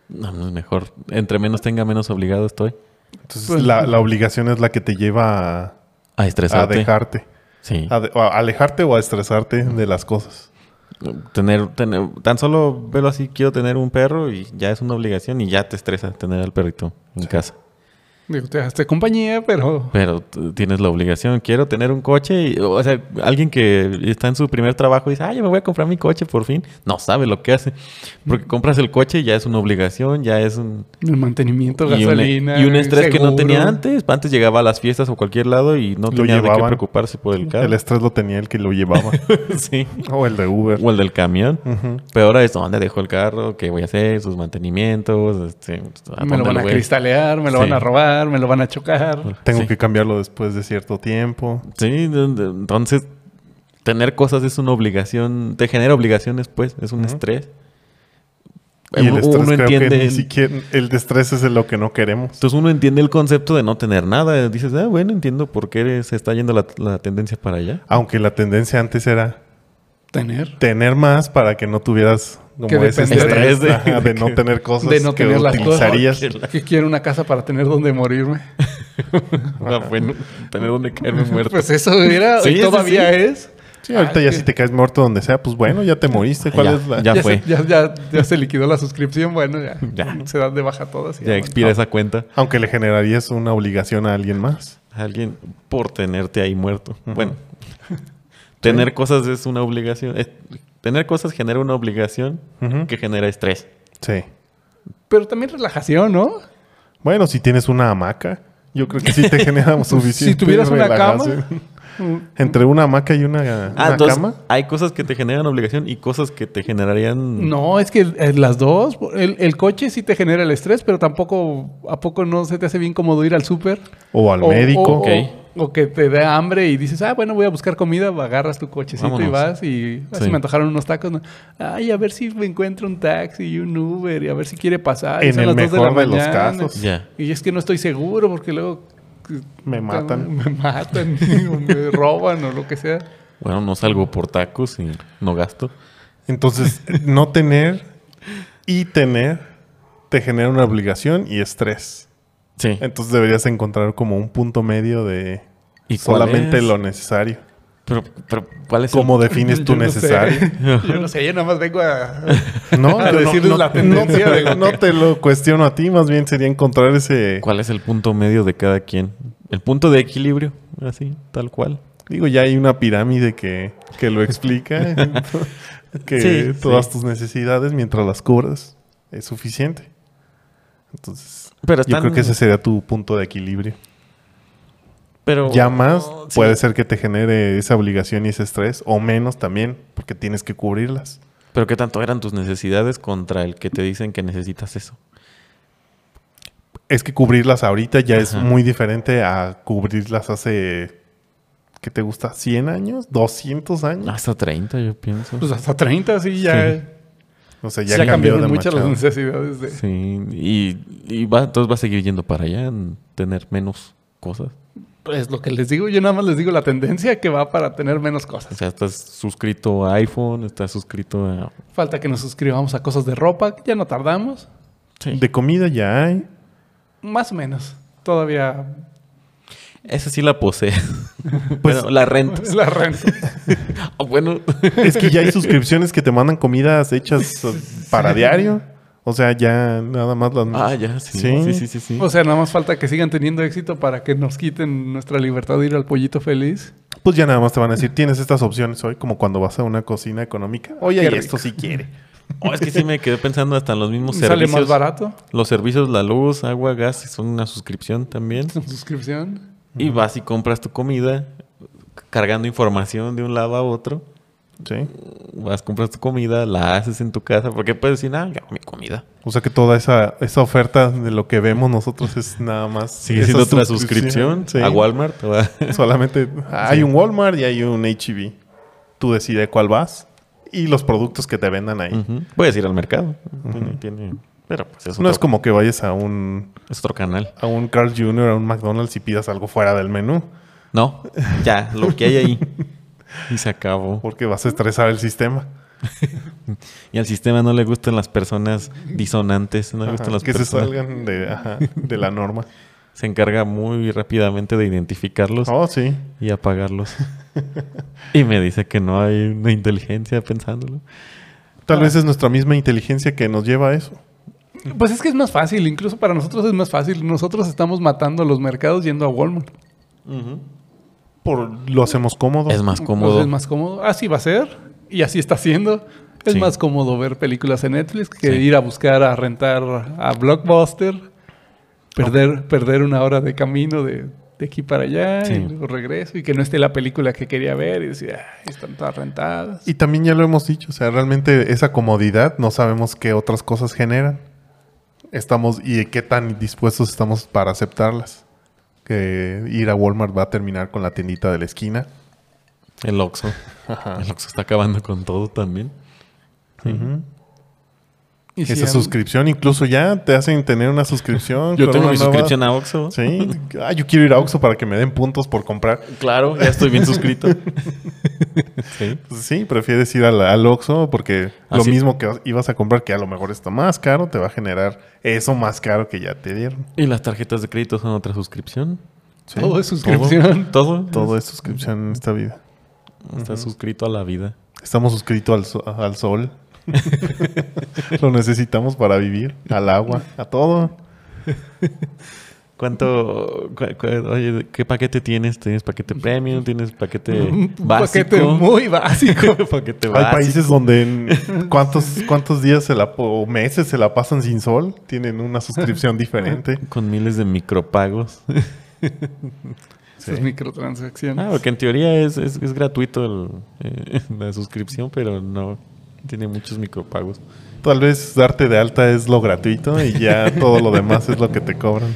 S1: No, no es mejor. Entre menos tenga, menos obligado estoy
S2: Entonces
S3: Pues-
S2: la, la obligación es la que te lleva a,
S1: a
S2: a
S1: estresarte.
S2: dejarte.
S1: Sí.
S2: A, de- a alejarte o a estresarte de las cosas.
S1: Tener, tener, tan solo velo así, quiero tener un perro y ya es una obligación y ya te estresa tener al perrito en casa.
S3: Digo, te dejaste compañía, pero
S1: Pero t- tienes la obligación, quiero tener un coche. y- o sea, alguien que está en su primer trabajo y dice, ah, yo me voy a comprar mi coche por fin. No sabe lo que hace. Porque compras el coche y ya es una obligación, ya es un...
S3: el mantenimiento,
S1: y un- e,
S3: gasolina.
S1: y un estrés que no
S3: seguro.
S1: tenía antes. Antes llegaba a las fiestas o cualquier lado y no
S2: Lo
S1: tenía de qué
S2: llevaban.
S1: preocuparse por el
S2: El
S1: carro.
S2: estrés lo tenía el que lo llevaba.
S1: sí.
S2: o el de Uber.
S1: O el del camión.
S2: Ujú.
S1: Pero ahora es dónde dejó el carro, qué voy a hacer, sus mantenimientos, este, ¿a dónde
S3: Me lo van a
S1: voy?
S3: cristalear, me
S1: Sí.
S3: lo van a robar, me lo van a chocar.
S2: Tengo
S1: Sí.
S2: que cambiarlo después de cierto tiempo.
S1: Sí, de- de- entonces tener cosas es una obligación, te genera obligaciones, pues, es un
S2: Ujú.
S1: estrés.
S2: Y el
S1: Uno
S2: estrés creo
S1: entiende
S2: que ni
S1: el-
S2: siquiera... El de estrés es lo que no queremos.
S1: Entonces uno entiende el concepto de no tener nada. Dices, ah, bueno, entiendo por qué se está yendo la, la tendencia para allá.
S2: Aunque la tendencia antes era
S3: Tener.
S2: tener más para que no tuvieras como
S3: Que
S2: ese
S3: depender.
S2: estrés
S1: Estrés de-
S2: ajá, de, no tener cosas
S3: de no
S2: que
S3: tener las cosas.
S2: utilizarías.
S3: Que quiero una casa para tener donde morirme.
S1: Ah, bueno, tener donde caerme muerto.
S3: Pues eso era,
S1: Sí,
S3: y
S1: sí,
S3: todavía
S1: sí.
S3: es.
S2: Sí, ahorita
S3: Ah,
S2: ya
S3: que-
S2: si te caes muerto donde sea, pues bueno, ya te moriste. ¿Cuál
S1: Ah, ya,
S2: es la...?
S1: ya
S3: se-
S1: fue.
S3: ya, ya- ya se liquidó la suscripción, bueno, ya.
S1: Ya.
S3: Se dan de baja todas. y
S1: Ya
S3: bueno.
S1: expira esa cuenta.
S2: Aunque le generarías una obligación a alguien más.
S1: Alguien por tenerte ahí muerto.
S2: Ujú.
S1: Bueno, tener cosas es una obligación. eh, tener cosas genera una obligación
S2: Ujú.
S1: que genera estrés.
S2: Sí.
S3: Pero también relajación, ¿no?
S2: Bueno, si tienes una hamaca, yo creo que sí te genera suficiente
S3: Si tuvieras una cama.
S2: relajación.
S3: Mm,
S2: Entre una hamaca y una, una
S1: Ah, entonces,
S2: cama.
S1: hay cosas que te generan obligación y cosas que te
S2: Mm.
S1: generarían.
S3: No, es que eh, las dos. El, el coche sí te genera el estrés, pero tampoco, ¿a poco no se te hace bien cómodo ir al súper?
S2: O al
S3: O-
S2: médico.
S3: O, o-
S1: Ok.
S3: o que te da hambre y dices, ah, bueno, voy a buscar comida, agarras tu cochecito y
S1: Vámonos.
S3: vas y así
S1: Sí.
S3: me antojaron unos tacos. ¿no? Ay, a ver si me encuentro un taxi y un Uber y a ver si quiere pasar. Y
S2: En
S3: son
S2: el
S3: las dos
S2: mejor de los
S3: mañana.
S2: casos.
S1: Ya.
S3: Y es que no estoy seguro porque luego...
S2: Me matan.
S3: Me matan, o me roban o lo que sea.
S1: Bueno, no salgo por tacos y no gasto.
S2: Entonces, no tener y tener te genera una obligación y estrés.
S1: Sí.
S2: Entonces deberías encontrar como un punto medio de
S1: ¿Y cuál
S2: solamente
S1: es?
S2: lo necesario.
S1: Pero, pero, ¿cuál es el-
S2: ¿Cómo defines
S3: Yo
S2: tu
S3: no sé.
S2: necesario?
S3: Yo no sé, yo nada más vengo a...
S2: No,
S3: A
S2: yo
S3: decirles la tendencia
S2: no, te-
S3: de-
S2: no te lo cuestiono a ti, más bien sería encontrar ese...
S1: ¿Cuál es el punto medio de cada quien? El punto de equilibrio, así, tal cual.
S2: Digo, ya hay una pirámide que, que lo explica. que
S1: Sí,
S2: todas
S1: sí.
S2: tus necesidades, mientras las cubras, es suficiente. Entonces,
S1: Pero
S2: yo
S1: están-
S2: creo que ese sería tu punto de equilibrio.
S1: pero,
S2: Ya más
S1: Oh, sí.
S2: puede ser que te genere esa obligación y ese estrés, o menos también, porque tienes que cubrirlas.
S1: Pero qué tanto eran tus necesidades contra el que te dicen que necesitas eso.
S2: Es que cubrirlas ahorita ya es
S1: Ajá.
S2: muy diferente a cubrirlas hace, ¿qué te gusta? ¿100 años? ¿200 años?
S1: Hasta 30, yo pienso.
S3: Pues hasta 30, sí, ya...
S1: Sí.
S2: O sea,
S3: Ya,
S2: ya, cambió
S3: cambiaron
S2: de
S3: muchas las
S2: machado.
S3: necesidades de...
S1: sí. Y, y va, entonces va a seguir yendo para allá, en tener menos cosas.
S3: Pues lo que les digo, yo nada más les digo la tendencia que va para tener menos
S1: O
S3: cosas.
S1: sea, estás suscrito a iPhone, estás suscrito a...
S3: Falta que nos suscribamos a cosas de ropa, que ya no tardamos.
S1: Sí.
S2: De comida ya hay.
S3: Más o menos. Todavía
S1: Esa sí la posee.
S2: Pues-
S1: bueno, la renta. Ah,
S3: la renta.
S1: bueno,
S2: Es que ya hay suscripciones que te mandan comidas hechas uh, para diario. O sea, ya nada más las...
S1: ah, ya, sí.
S2: Sí.
S1: Sí, sí, sí. sí.
S3: O sea, nada más falta que sigan teniendo éxito para que nos quiten nuestra libertad de ir al pollito feliz.
S2: Pues ya nada más te van a decir, tienes estas opciones hoy, como cuando vas a una cocina económica. Oye,
S3: Qué
S2: y
S3: rico.
S2: esto sí quiere.
S1: Oh, es que sí me quedé pensando hasta en los mismos
S3: Sale
S1: servicios.
S3: más barato.
S1: Los servicios, la luz, agua, gas, son una suscripción también.
S3: Con suscripción.
S1: Y vas y compras tu comida, cargando información de un lado a otro.
S2: Sí.
S1: Vas, compras tu comida, la haces en tu casa, porque puedes decir, ah, yo hago mi comida.
S2: O sea que toda esa, esa oferta de lo que vemos nosotros es nada más...
S1: Sigue
S2: esa
S1: siendo otra suscripción
S2: Sí.
S1: a Walmart. o a-
S2: Solamente hay un Walmart y hay un HEB. Tú
S1: Mm.
S2: decides cuál vas y los productos que te vendan ahí.
S1: Ujú. Puedes ir al mercado. Tiene- tiene- Pero pues es,
S2: No
S1: otro-
S2: es como que vayas a un,
S1: es otro canal.
S2: a un Carl Jr., a un McDonald's y pidas algo fuera del menú,
S1: No, ya, lo que hay ahí. Y se acabó.
S2: porque vas a estresar el sistema.
S1: Y al sistema no le gustan las personas disonantes, no le
S2: Ajá,
S1: gustan las
S2: que se
S1: personas.
S2: salgan de, ajá, de la norma.
S1: Se encarga muy rápidamente de identificarlos
S2: Oh, sí.
S1: y apagarlos. y me dice que no hay una inteligencia pensándolo.
S2: Tal vez es nuestra misma inteligencia que nos lleva a eso.
S3: Pues es que es más fácil, incluso para nosotros es más fácil. Nosotros estamos matando los mercados yendo a Walmart.
S2: Por, lo hacemos cómodo.
S1: Es más
S3: Pues
S1: cómodo.
S3: es más cómodo. Así va a ser y así está siendo. Es
S1: Sí.
S3: más cómodo ver películas en Netflix que
S1: Sí.
S3: ir a buscar a rentar a Blockbuster, perder, perder una hora de camino de, de aquí para allá
S1: Sí.
S3: y luego regreso y que no esté la película que quería ver y decir, "Ay, están todas rentadas.
S2: Y también ya lo hemos dicho, o sea, realmente esa comodidad no sabemos qué otras cosas generan. Estamos y qué tan dispuestos estamos para aceptarlas. Que ir a Walmart va a terminar con la tiendita de la esquina.
S1: El Oxxo. El Oxxo está acabando con todo también.
S2: Ujú.
S3: Y si
S2: Esa
S3: han-
S2: suscripción, incluso ya te hacen tener una suscripción.
S1: Yo
S2: con
S1: tengo
S2: una
S1: mi
S2: nueva-
S1: suscripción a Oxxo.
S2: Sí, ah, yo quiero ir a Oxxo para que me den puntos por comprar.
S1: Claro, ya estoy bien suscrito. sí.
S2: Pues Sí, prefieres ir al, al Oxxo porque
S1: Ah,
S2: lo
S1: sí.
S2: mismo que ibas a comprar, que a lo mejor está más caro, te va a generar eso más caro que ya te dieron.
S1: ¿Y las tarjetas de crédito son otra suscripción?
S2: Sí.
S3: Todo es suscripción.
S1: Todo.
S2: Todo es suscripción en esta vida.
S1: Está suscrito a la vida.
S2: Estamos suscritos al, so- al sol. Lo necesitamos para vivir, al agua, a todo.
S1: ¿Cuánto? cu- cu- oye, ¿qué paquete tienes? ¿Tienes paquete premium? ¿Tienes paquete
S3: Un
S1: básico?
S3: paquete muy básico.
S1: Paquete
S2: Hay
S1: básico.
S2: países donde en cuántos, cuántos días se la, po- o meses se la pasan sin sol, tienen una suscripción diferente.
S1: Con miles de micropagos.
S3: Esas microtransacciones.
S1: Ah, porque en teoría es, es, es gratuito el, eh, la suscripción, pero no. Tiene muchos micropagos.
S2: Tal vez darte de alta es lo gratuito y ya todo lo demás es lo que te cobran.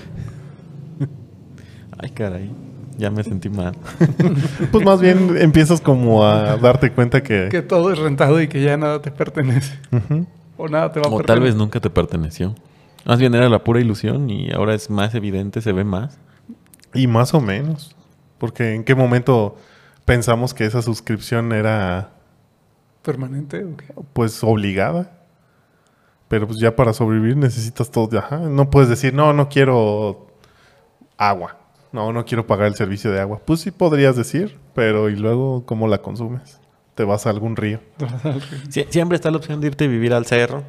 S1: Ay, caray. Ya me sentí mal.
S2: Pues más bien empiezas como a darte cuenta que...
S3: Que todo es rentado y que ya nada te pertenece.
S2: Ujú.
S3: O nada te va a
S1: O
S3: pertenecer.
S1: tal vez nunca te perteneció. Más bien era la pura ilusión y ahora es más evidente, se ve más.
S2: Y más o menos. Porque en qué momento pensamos que esa suscripción era
S3: Permanente. ¿o qué?
S2: pues obligada. Pero pues ya para sobrevivir necesitas todo. Ajá. No puedes decir, no, no quiero agua. No, no quiero pagar el servicio de agua. Pues sí podrías decir, pero ¿y luego cómo la consumes? Te vas a algún río.
S1: Sie- siempre está la opción de irte a vivir al cerro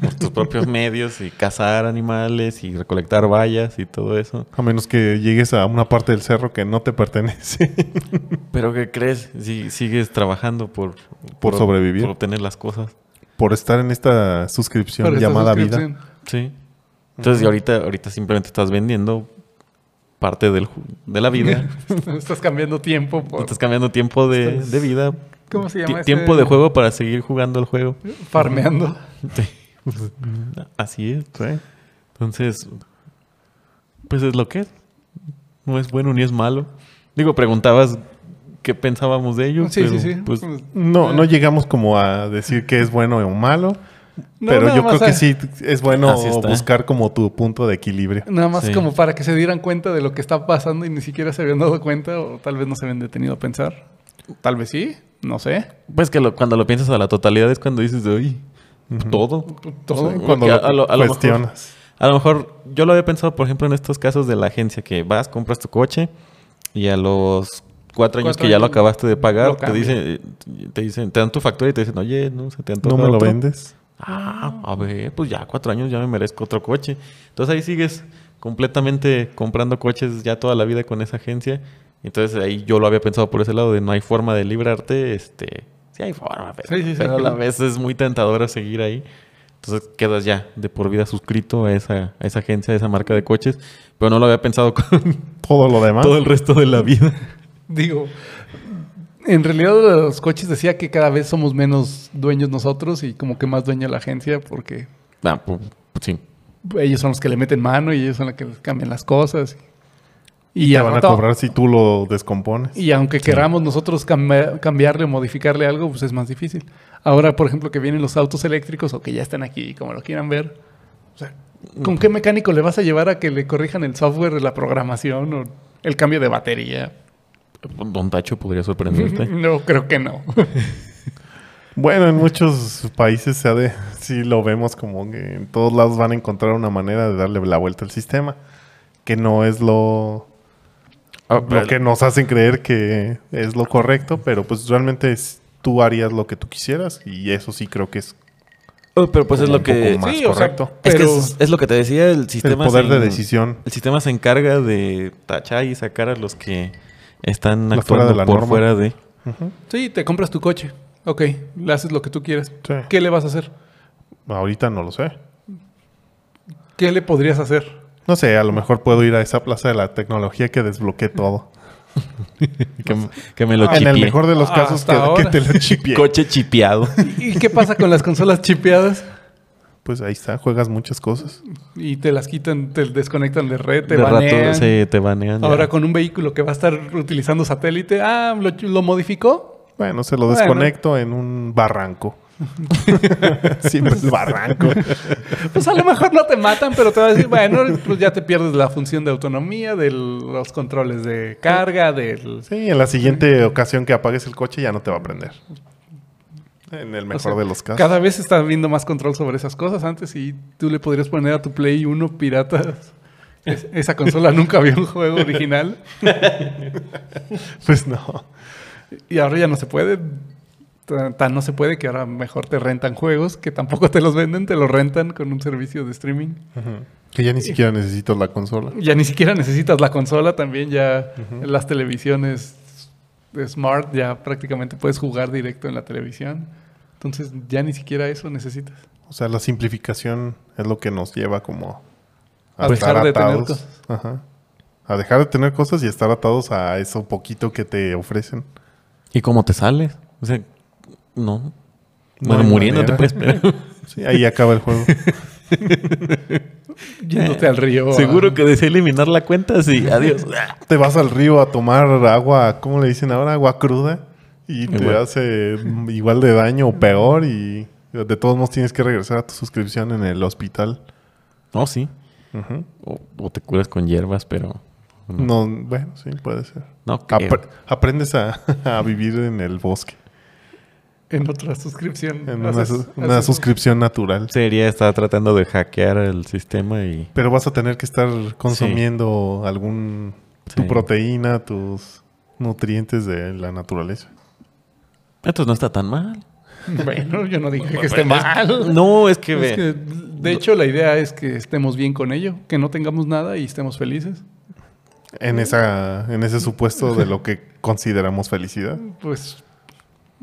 S1: por tus propios medios y cazar animales y recolectar vallas y todo eso.
S2: A menos que llegues a una parte del cerro que no te pertenece.
S1: Pero ¿qué crees? Si sigues trabajando por,
S2: Por sobrevivir.
S1: por obtener las cosas.
S2: Por estar en esta suscripción
S3: Pero esta
S2: llamada vida.
S3: suscripción.
S1: Sí. Entonces y ahorita ahorita simplemente estás vendiendo parte del ju- de la vida.
S3: Estás cambiando tiempo por...
S1: estás cambiando tiempo de, de vida.
S3: ¿Cómo se llama?
S1: Ti- Tiempo
S3: ese?
S1: de juego para seguir jugando el juego.
S3: Farmeando.
S1: Sí. Así es.
S2: Sí.
S1: Entonces, pues es lo que es. No es bueno ni es malo. Digo, preguntabas qué pensábamos de ello.
S3: Sí,
S1: pero,
S3: sí, sí.
S1: pues,
S2: No,
S3: Eh.
S2: no llegamos como a decir que es bueno o malo,
S3: No,
S2: pero
S3: nada
S2: yo
S3: más
S2: creo que
S3: a-
S2: sí es bueno
S1: Así está.
S2: buscar como tu punto de equilibrio.
S3: Nada más
S1: Sí.
S3: como para que se dieran cuenta de lo que está pasando y ni siquiera se habían dado cuenta o tal vez no se habían detenido a pensar. Tal vez sí, no sé.
S1: pues que lo- cuando lo piensas a la totalidad es cuando dices, oye, todo.
S3: Todo.
S1: Sí. Porque
S2: Cuando lo,
S1: a lo- a lo mejor-
S2: cuestionas.
S1: A lo mejor yo lo había pensado, por ejemplo, en estos casos de la agencia que vas, compras tu coche y a los cuatro años
S3: Cuatro
S1: que ya lo
S3: años
S1: acabaste de
S3: lo
S1: pagar, te
S3: cambian.
S1: dicen, te dicen, te dan tu factura y te dicen, oye, no, se te antoja
S2: no me lo
S1: otro".
S2: vendes.
S1: Ah, a ver, pues ya cuatro años ya me merezco otro coche. Entonces ahí sigues completamente comprando coches ya toda la vida con esa agencia. Entonces ahí yo lo había pensado por ese lado de no hay forma de librarte, este, sí hay forma, pero,
S3: Sí, sí, sí.
S1: pero a la vez es muy tentadora seguir ahí. Entonces quedas ya de por vida suscrito a esa, a esa agencia, a esa marca de coches, pero no lo había pensado con
S2: Todo lo demás.
S1: todo el resto de la vida.
S3: Digo, en realidad lo de los coches decía que cada vez somos menos dueños nosotros y como que más dueña la agencia porque
S1: Ah, pu- pues sí.
S3: ellos son los que le meten mano y ellos son los que cambian las cosas. Y,
S2: te
S3: al
S2: van a
S3: rato-
S2: cobrar si tú lo descompones.
S3: Y aunque queramos nosotros camba- cambiarle o modificarle algo, pues es más difícil. Ahora, por ejemplo, que vienen los autos eléctricos o que ya están aquí, como lo quieran ver, O sea,
S2: Mm.
S3: ¿con qué mecánico le vas a llevar a que le corrijan el software, la programación o el cambio de batería?
S1: pues, Don Tacho podría sorprenderte.
S3: No, creo que no.
S2: Bueno, en muchos países se ha de, sí lo vemos como que en todos lados van a encontrar una manera de darle la vuelta al sistema, que no es lo,
S1: Ah,
S2: lo que nos hacen creer que es lo correcto, pero pues realmente es- tú harías lo que tú quisieras y eso sí creo que es
S1: oh, pero pues es lo
S2: como un poco
S1: que...
S2: más
S3: Sí, o sea,
S2: correcto.
S1: Es, que
S3: Pero-
S1: es, es lo que te decía, el
S2: el
S1: sistema...
S2: poder
S1: se
S2: de
S1: en-
S2: decisión.
S1: El sistema se encarga de tachar y sacar a los que están
S2: Los fuera
S1: actuando
S2: de la
S1: por
S2: norma.
S1: fuera de...
S2: Ujú.
S3: Sí, te compras tu coche. Ok, le haces lo que tú quieras.
S2: Sí.
S3: ¿Qué le vas a hacer?
S2: Ahorita no lo sé.
S3: ¿Qué le podrías hacer?
S2: No sé, a lo mejor puedo ir a esa plaza de la tecnología que desbloquee todo. Ah,
S1: Que, que me lo
S2: en el
S1: chipié.
S2: mejor de los casos que,
S3: Hasta ahora.
S2: que te lo chipie.
S1: Coche chipeado.
S3: ¿Y qué pasa con las consolas chipeadas?
S2: Pues ahí está, juegas muchas cosas.
S3: Y te las quitan, te desconectan de red, te
S1: de
S3: banean.
S1: rato se te banean. ya.
S3: Ahora con un vehículo que va a estar utilizando satélite, ah, lo, lo modificó.
S2: Bueno, se lo
S3: Bueno.
S2: desconecto en un barranco. Siempre es barranco.
S3: Pues a lo mejor no te matan, pero te va a decir, bueno, pues ya te pierdes la función de autonomía, de los controles de carga, del...
S2: Sí, en la siguiente ocasión que apagues el coche ya no te va a prender. En el mejor
S3: O sea,
S2: de los casos.
S3: Cada vez está viendo más control sobre esas cosas. Antes y tú le podrías poner a tu Play 1 piratas. Es- esa consola nunca vio un juego original
S2: Pues no.
S3: y ahora ya no se puede. Tan, tan no se puede que ahora mejor te rentan juegos que tampoco te los venden, te los rentan con un servicio de streaming.
S2: Que ya ni siquiera necesito la consola.
S3: Ya ni siquiera necesitas la consola, también ya las televisiones de smart ya prácticamente puedes jugar directo en la televisión. Entonces ya ni siquiera eso necesitas.
S2: O sea, la simplificación es lo que nos lleva como
S3: A dejar de tener
S2: cosas. A dejar de tener cosas y estar atados a eso poquito que te ofrecen.
S1: ¿Y cómo te sales? O sea, no.
S2: No
S1: bueno,
S2: hay
S1: muriéndote
S2: manera.
S1: puedes esperar.
S2: Sí, ahí acaba el juego.
S3: Yéndote al río. ah, a-
S1: Seguro que desea eliminar la cuenta, sí. Adiós.
S2: te vas al río a tomar agua, ¿cómo le dicen ahora? Agua cruda. Y te
S1: Igual.
S2: hace igual de daño o peor. Y de todos modos tienes que regresar a tu suscripción en el hospital.
S1: No, sí.
S2: Ujú.
S1: O, o te curas con hierbas, pero...
S2: No, bueno, sí, puede ser.
S1: No creo.
S2: Apre- aprendes a, a vivir en el bosque.
S3: En otra suscripción.
S2: En una,
S3: Haces-
S2: su- una
S3: haces-
S2: suscripción natural.
S1: Sería estar tratando de hackear el sistema y...
S2: Pero vas a tener que estar consumiendo algún... Tu
S1: Sí.
S2: proteína, tus nutrientes de la naturaleza.
S1: Entonces no está tan mal.
S3: Bueno, yo no dije que esté mal.
S1: No, es que... ve-
S3: Es que, de hecho, la idea es que estemos bien con ello, que no tengamos nada y estemos felices.
S2: En, esa, en ese supuesto de lo que consideramos felicidad.
S3: Pues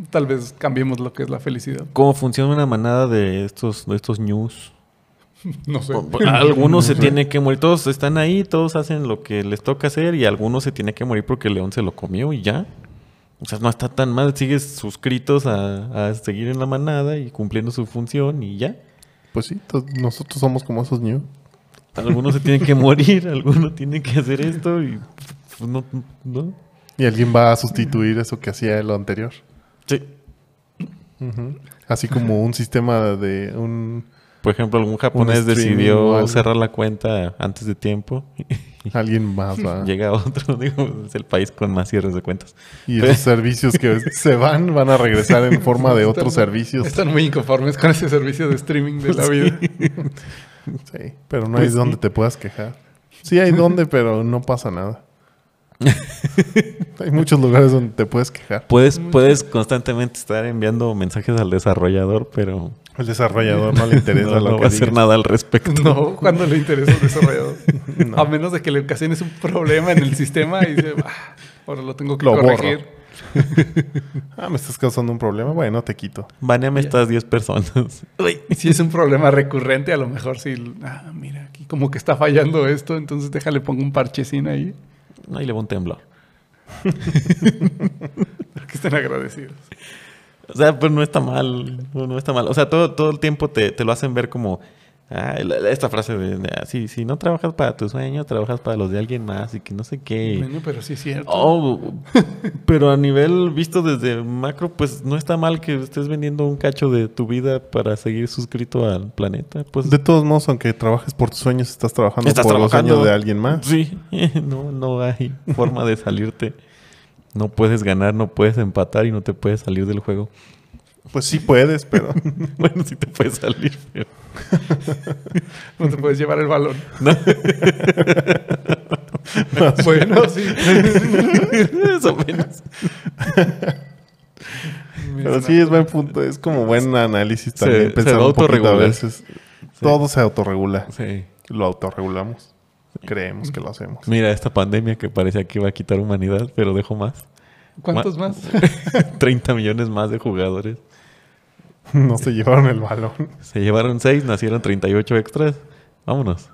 S3: tal vez cambiemos lo que es la felicidad.
S1: ¿Cómo funciona una manada de estos, de estos news?
S3: No sé.
S1: Algunos se tienen que morir. Todos están ahí, todos hacen lo que les toca hacer y algunos se tiene que morir porque el león se lo comió y ya. O sea, no está tan mal. Sigues suscritos a, a seguir en la manada y cumpliendo su función y ya.
S2: Pues sí, to- nosotros somos como esos new.
S1: Algunos se tienen que morir, algunos tienen que hacer esto y pues, no, no.
S2: Y alguien va a sustituir eso que hacía lo anterior.
S1: Sí.
S2: Ujú. Así como un sistema de un
S1: Por ejemplo, algún japonés
S2: streaming o
S1: decidió
S2: algo.
S1: cerrar la cuenta antes de tiempo.
S2: alguien más va.
S1: Llega otro, digo, es el país con más cierres de cuentas.
S2: Y esos servicios que se van van a regresar en forma de otros servicios.
S3: Están muy inconformes con ese servicio de streaming de la vida.
S2: Sí, pero
S1: Pues
S2: no hay donde te puedas quejar. Sí hay donde, pero no pasa nada. Hay muchos lugares donde te puedes quejar.
S1: Puedes, puedes constantemente estar enviando mensajes al desarrollador, pero
S2: El desarrollador no le
S1: no,
S2: interesa lo
S1: no
S2: que
S1: va a hacer
S2: digas.
S1: nada al respecto.
S3: No, cuando le interesa al desarrollador. A menos de que le ocasiones un problema en el sistema y dice, "Ah, ahora lo tengo que
S2: Lo borro.
S3: corregir.
S2: Ah, me estás causando un problema. Bueno, te quito.
S1: Baneame estas 10 personas.
S3: Si es un problema recurrente, a lo mejor si, ah, mira, aquí como que está fallando esto, entonces déjale pongo un parchecín ahí
S1: No, y le va un temblor.
S3: para que estén agradecidos.
S1: O sea, pues no está mal. No, no está mal. O sea, todo, todo el tiempo te, te lo hacen ver como Ah, la- la- esta frase de, de, ah, si, si no trabajas para tu sueño, trabajas para los de alguien más y que no sé qué.
S3: Bueno, pero sí es cierto.
S1: Oh, pero a nivel visto desde macro, pues no está mal que estés vendiendo un cacho de tu vida para seguir suscrito al planeta. Pues
S2: De todos modos, aunque trabajes por tus sueños, estás trabajando
S1: Estás
S2: por
S1: trabajando.
S2: los sueños de alguien más.
S1: sí, no, no hay forma de salirte. No puedes ganar, no puedes empatar y no te puedes salir del juego.
S2: Pues sí puedes, pero
S1: Bueno, sí te puedes salir, pero...
S3: No te puedes llevar el balón.
S1: No.
S3: bueno, sí.
S1: Más o menos.
S2: Pero sí es buen punto, es como buen análisis
S1: Se-
S2: también.
S1: se
S2: pensar
S1: da
S2: un poquito a
S1: autorregular.
S2: veces. Todo se autorregula.
S1: Sí.
S2: Lo autorregulamos. Creemos que lo hacemos.
S1: Mira, esta pandemia que parecía que iba a quitar humanidad, pero dejó más.
S3: ¿Cuántos
S1: Ma-
S3: más?
S1: 30 millones más de jugadores.
S2: No se llevaron el balón.
S1: Se llevaron 6, nacieron 38 extras. Vámonos.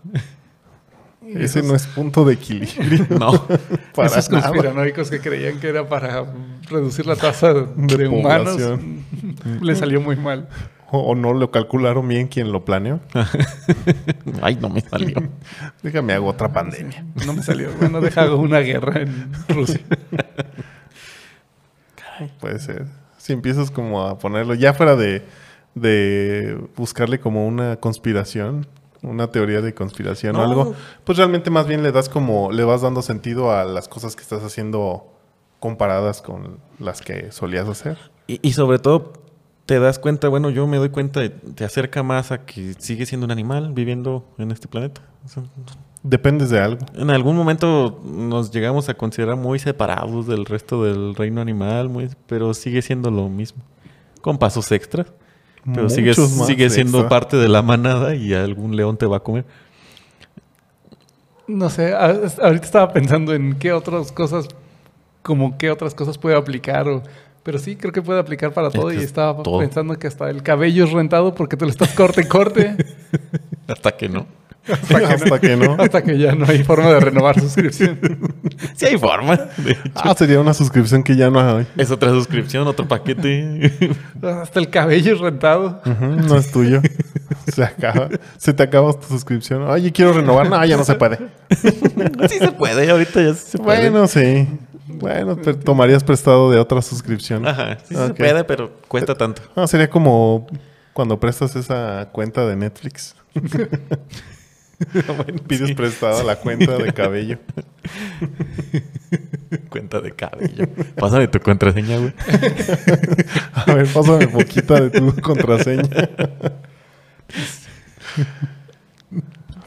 S2: Ese no es punto de equilibrio.
S1: No.
S2: Para
S3: Esos
S2: nada.
S3: conspiranoicos que creían que era para reducir la tasa de,
S2: De
S3: humanos
S2: población.
S3: le salió muy mal.
S2: O, o no lo calcularon bien quien lo planeó.
S1: Ay, no me salió.
S2: Déjame hago otra pandemia.
S3: No me salió. Bueno, deja hago una guerra en Rusia.
S2: Puede ser. Si empiezas como a ponerlo ya fuera de, de buscarle como una conspiración, una teoría de conspiración
S1: No.
S2: o algo, pues realmente más bien le das como, le vas dando sentido a las cosas que estás haciendo comparadas con las que solías hacer.
S1: Y, y sobre todo, te das cuenta, bueno, yo me doy cuenta, te acerca más a que sigue siendo un animal viviendo en este planeta. O sea,
S2: Dependes de algo.
S1: En algún momento nos llegamos a considerar muy separados del resto del reino animal, muy- pero sigue siendo lo mismo. Con pasos extras. Pero sigue,
S2: Muchos más
S1: sigue siendo
S2: extra.
S1: parte de la manada y algún león te va a comer.
S3: No sé, a- ahorita estaba pensando en qué otras cosas, como qué otras cosas puede aplicar, o- pero sí, creo que puede aplicar para todo
S1: Es que
S3: y
S1: es
S3: estaba
S1: todo.
S3: pensando que hasta el cabello es rentado porque te lo estás corte, corte,
S1: Hasta que no.
S2: Hasta que, no.
S3: hasta que ya no hay forma de renovar suscripción.
S1: Sí hay forma. de hecho.
S2: Ah, sería una suscripción que ya no hay.
S1: Es otra suscripción, otro paquete.
S3: Hasta el cabello es rentado.
S2: Ujú, no es tuyo. Se acaba. Se te acaba tu suscripción. Oye, quiero renovar. No, ya no se puede.
S1: sí se puede, ahorita ya sí se puede.
S2: Bueno, sí. Bueno, te tomarías prestado de otra suscripción.
S1: Ajá, sí se
S2: Ok.
S1: puede, pero cuesta tanto.
S2: No, sería como cuando prestas esa cuenta de Netflix.
S1: Bueno,
S2: Pides
S1: sí,
S2: prestada la cuenta de cabello.
S1: cuenta de cabello. Pásame tu contraseña, güey.
S2: A ver, pásame poquita de tu contraseña.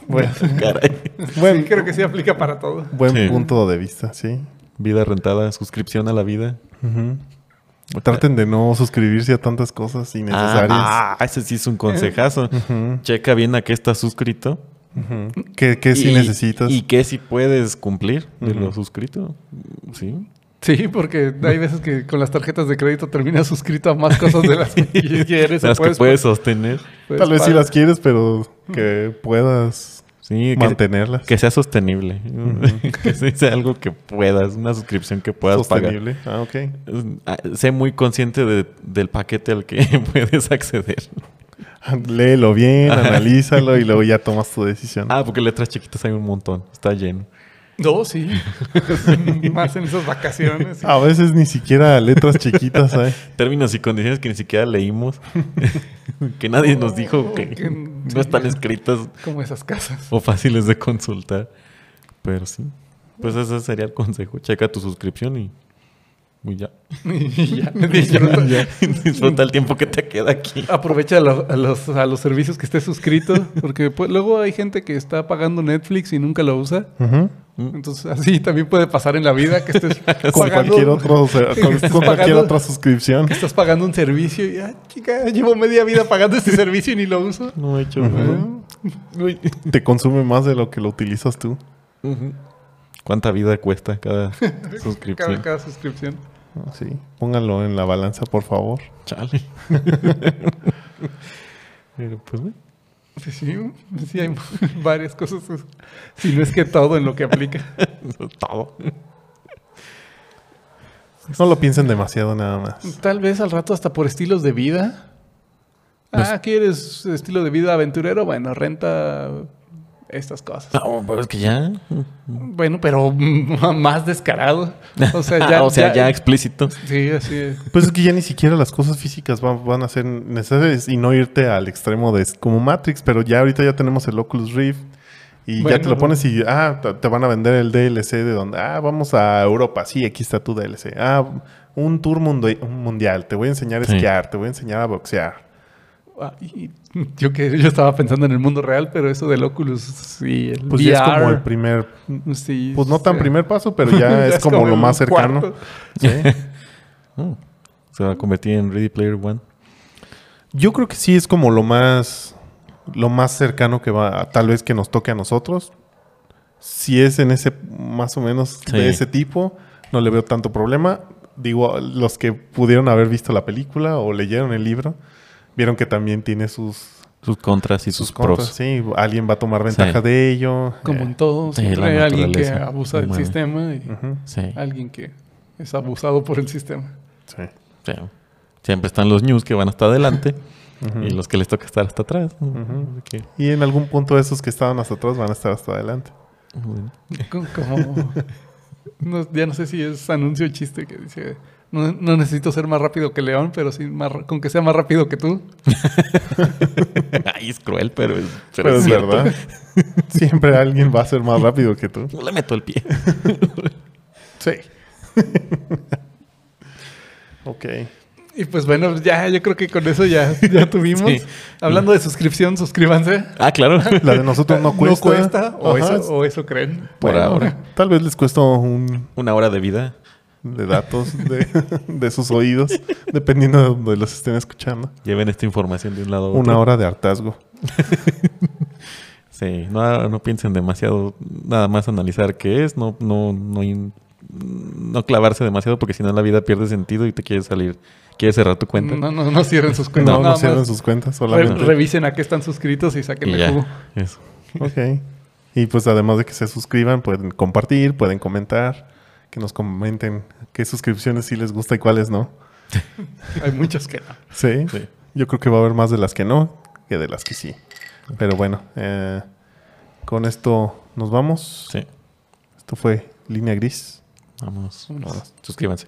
S2: Bueno,
S1: Caray.
S2: buen,
S3: Sí, creo que sí aplica para todo.
S2: buen
S1: Sí.
S2: punto de vista, sí.
S1: Vida rentada, suscripción a la vida.
S2: Ujú. Traten de no suscribirse a tantas cosas innecesarias.
S1: Ah, ah, ese sí es un consejazo.
S2: Ujú,
S1: Checa bien a qué estás suscrito.
S2: ujú. ¿Qué, qué sí
S1: Y-
S2: necesitas?
S1: Y qué sí puedes cumplir de lo
S2: Ujú.
S1: suscrito. Sí.
S3: Sí, porque hay veces que con las tarjetas de crédito terminas suscrito a más cosas de las que quieres. pues, o
S1: Las que
S2: pues
S3: puedes-
S1: puedes sostener.
S3: puedes
S2: Tal vez sí
S3: pagar.
S2: las quieres, pero que puedas
S1: Sí, Mm. que,
S2: mantenerlas.
S1: que sea sostenible. que sí sea algo que puedas, una suscripción que puedas
S2: Sostenible. Ah, ok.
S1: pagar. Es- ah, Sé muy consciente de- del paquete al que puedes acceder.
S2: Léelo bien,
S1: Ajá.
S2: analízalo y luego ya tomas tu decisión.
S1: Ah, porque letras chiquitas hay un montón. Está lleno.
S3: No, sí. más en esas vacaciones.
S2: A veces ni siquiera letras chiquitas hay.
S1: Términos y condiciones que ni siquiera leímos. que nadie nos dijo que,
S3: Que-
S1: no están escritas
S3: Como esas casas.
S1: o fáciles de consultar. Pero sí. Pues ese sería el consejo. Checa tu suscripción y, y ya.
S3: Y ya, disfruta.
S1: Disfruta el tiempo que te queda aquí.
S3: Aprovecha lo- a los, a los servicios que estés suscrito, porque pues, luego hay gente que está pagando Netflix y nunca lo usa.
S2: Ujú.
S3: Entonces, así también puede pasar en la vida que estés
S2: Con
S3: pagando,
S2: cualquier, otro, o sea, con-
S3: Estás
S2: con cualquier
S3: pagando-
S2: otra suscripción.
S3: que estás pagando un servicio y, ah, chica, llevo media vida pagando este servicio y ni lo uso.
S1: No he hecho
S2: Te consume más de lo que lo utilizas tú.
S1: ¿Cuánta vida cuesta cada
S3: Cada,
S1: suscripción?
S3: cada suscripción.
S2: Sí. Póngalo en la balanza, por favor.
S1: Chale. Pero pues, bueno.
S3: Sí, sí, sí, hay varias cosas. Si no es que todo en lo que aplica.
S1: todo.
S2: No lo piensen demasiado nada más.
S3: Tal vez al rato hasta por estilos de vida. Ah, ¿quieres estilo de vida aventurero? Bueno, renta estas cosas.
S2: Ah.
S1: No, pero es que ya.
S3: Bueno, pero mm, más descarado. O sea, ya.
S1: o sea, ya, explícito.
S3: Sí, así es.
S2: Pues es que ya ni siquiera las cosas físicas van, van a ser necesarias y no irte al extremo de como Matrix, pero ya ahorita ya tenemos el Oculus Rift y
S3: Bueno,
S2: ya te lo pones y ah, te- te van a vender el DLC de donde, ah, vamos a Europa, sí, aquí está tu DLC. Ah, un tour mundo- un mundial, te voy a enseñar a
S1: Sí.
S2: esquiar, te voy a enseñar a boxear.
S3: Ah, y- yo que yo estaba pensando en el mundo real, pero eso del Oculus sí, el
S2: Pues ya es como el primer,
S3: primer. Sí,
S2: pues no tan
S3: sí.
S2: primer paso, pero ya es como, lo
S3: el
S2: más cercano.
S3: cuarto.
S1: Oh, se va a convertir en Ready Player One.
S2: Yo creo que sí es como lo más lo más cercano que va a- tal vez que nos toque a nosotros. Si es en ese más o menos
S1: Sí.
S2: de ese tipo, no le veo tanto problema. Digo, los que pudieron haber visto la película o leyeron el libro, vieron que también tiene sus
S1: Sus contras y sus,
S2: contras.
S1: pros.
S2: Sí, alguien va a tomar ventaja
S1: Sí.
S2: de ello.
S3: Como en
S2: Eh,
S3: todo,
S1: Sí,
S3: siempre
S1: la
S3: hay alguien que
S1: naturaleza
S3: abusa del
S1: humana.
S3: sistema y
S2: ujú,
S1: Sí.
S3: alguien que es abusado por el sistema.
S2: sí.
S1: O sea, siempre están los news que van hasta adelante
S2: Ujú.
S1: y los que les toca estar hasta atrás.
S2: Ujú.
S1: Que-
S2: Y en algún punto esos que estaban hasta atrás van a estar hasta adelante.
S1: bueno.
S3: Co- Como. no- ya no sé si es anuncio o chiste que dice. No, no necesito ser más rápido que León, pero sí más ra- con que sea más rápido que tú.
S1: Ay, es cruel, pero es, pero
S2: Pero
S1: es
S2: es
S1: cierto.
S2: verdad. Siempre alguien va a ser más rápido que tú.
S1: No le meto el pie.
S2: Sí. ok.
S3: Y pues bueno, ya yo creo que con eso ya, ya tuvimos.
S1: Sí.
S3: Hablando de suscripción, suscríbanse.
S1: Ah, claro.
S2: La de nosotros no cuesta.
S3: o,
S2: Ajá.
S3: eso, o eso creen.
S1: Por
S2: Bueno,
S1: ahora.
S2: Tal vez les cuesta un
S1: Una hora de vida.
S2: de datos de, de sus oídos, dependiendo de donde los estén escuchando.
S1: Lleven esta información de un lado a otro.
S2: Una hora de hartazgo.
S1: Sí, no, no piensen demasiado, nada más analizar qué es, no, no, no, in- no clavarse demasiado porque si no la vida pierde sentido y te quieres salir, quieres cerrar tu cuenta.
S3: No, no, no cierren sus
S2: No,
S3: cuentas.
S2: no,
S3: nada
S2: cierren
S3: más.
S2: sus cuentas
S3: Re-
S2: solamente.
S3: revisen a qué están suscritos y saquen
S1: y
S3: el jugo.
S1: ya, eso.
S2: Ok. Y pues además de que se suscriban, pueden compartir, pueden comentar, que nos comenten qué suscripciones sí les gusta y cuáles no.
S3: Hay muchos que no.
S2: Sí.
S1: Sí.
S2: Yo creo que va a haber más de las que no que de las que sí. Pero bueno, eh, con esto nos vamos.
S1: Sí,
S2: Esto fue Línea Gris.
S1: vamos.
S3: Vámonos.
S1: Suscríbanse.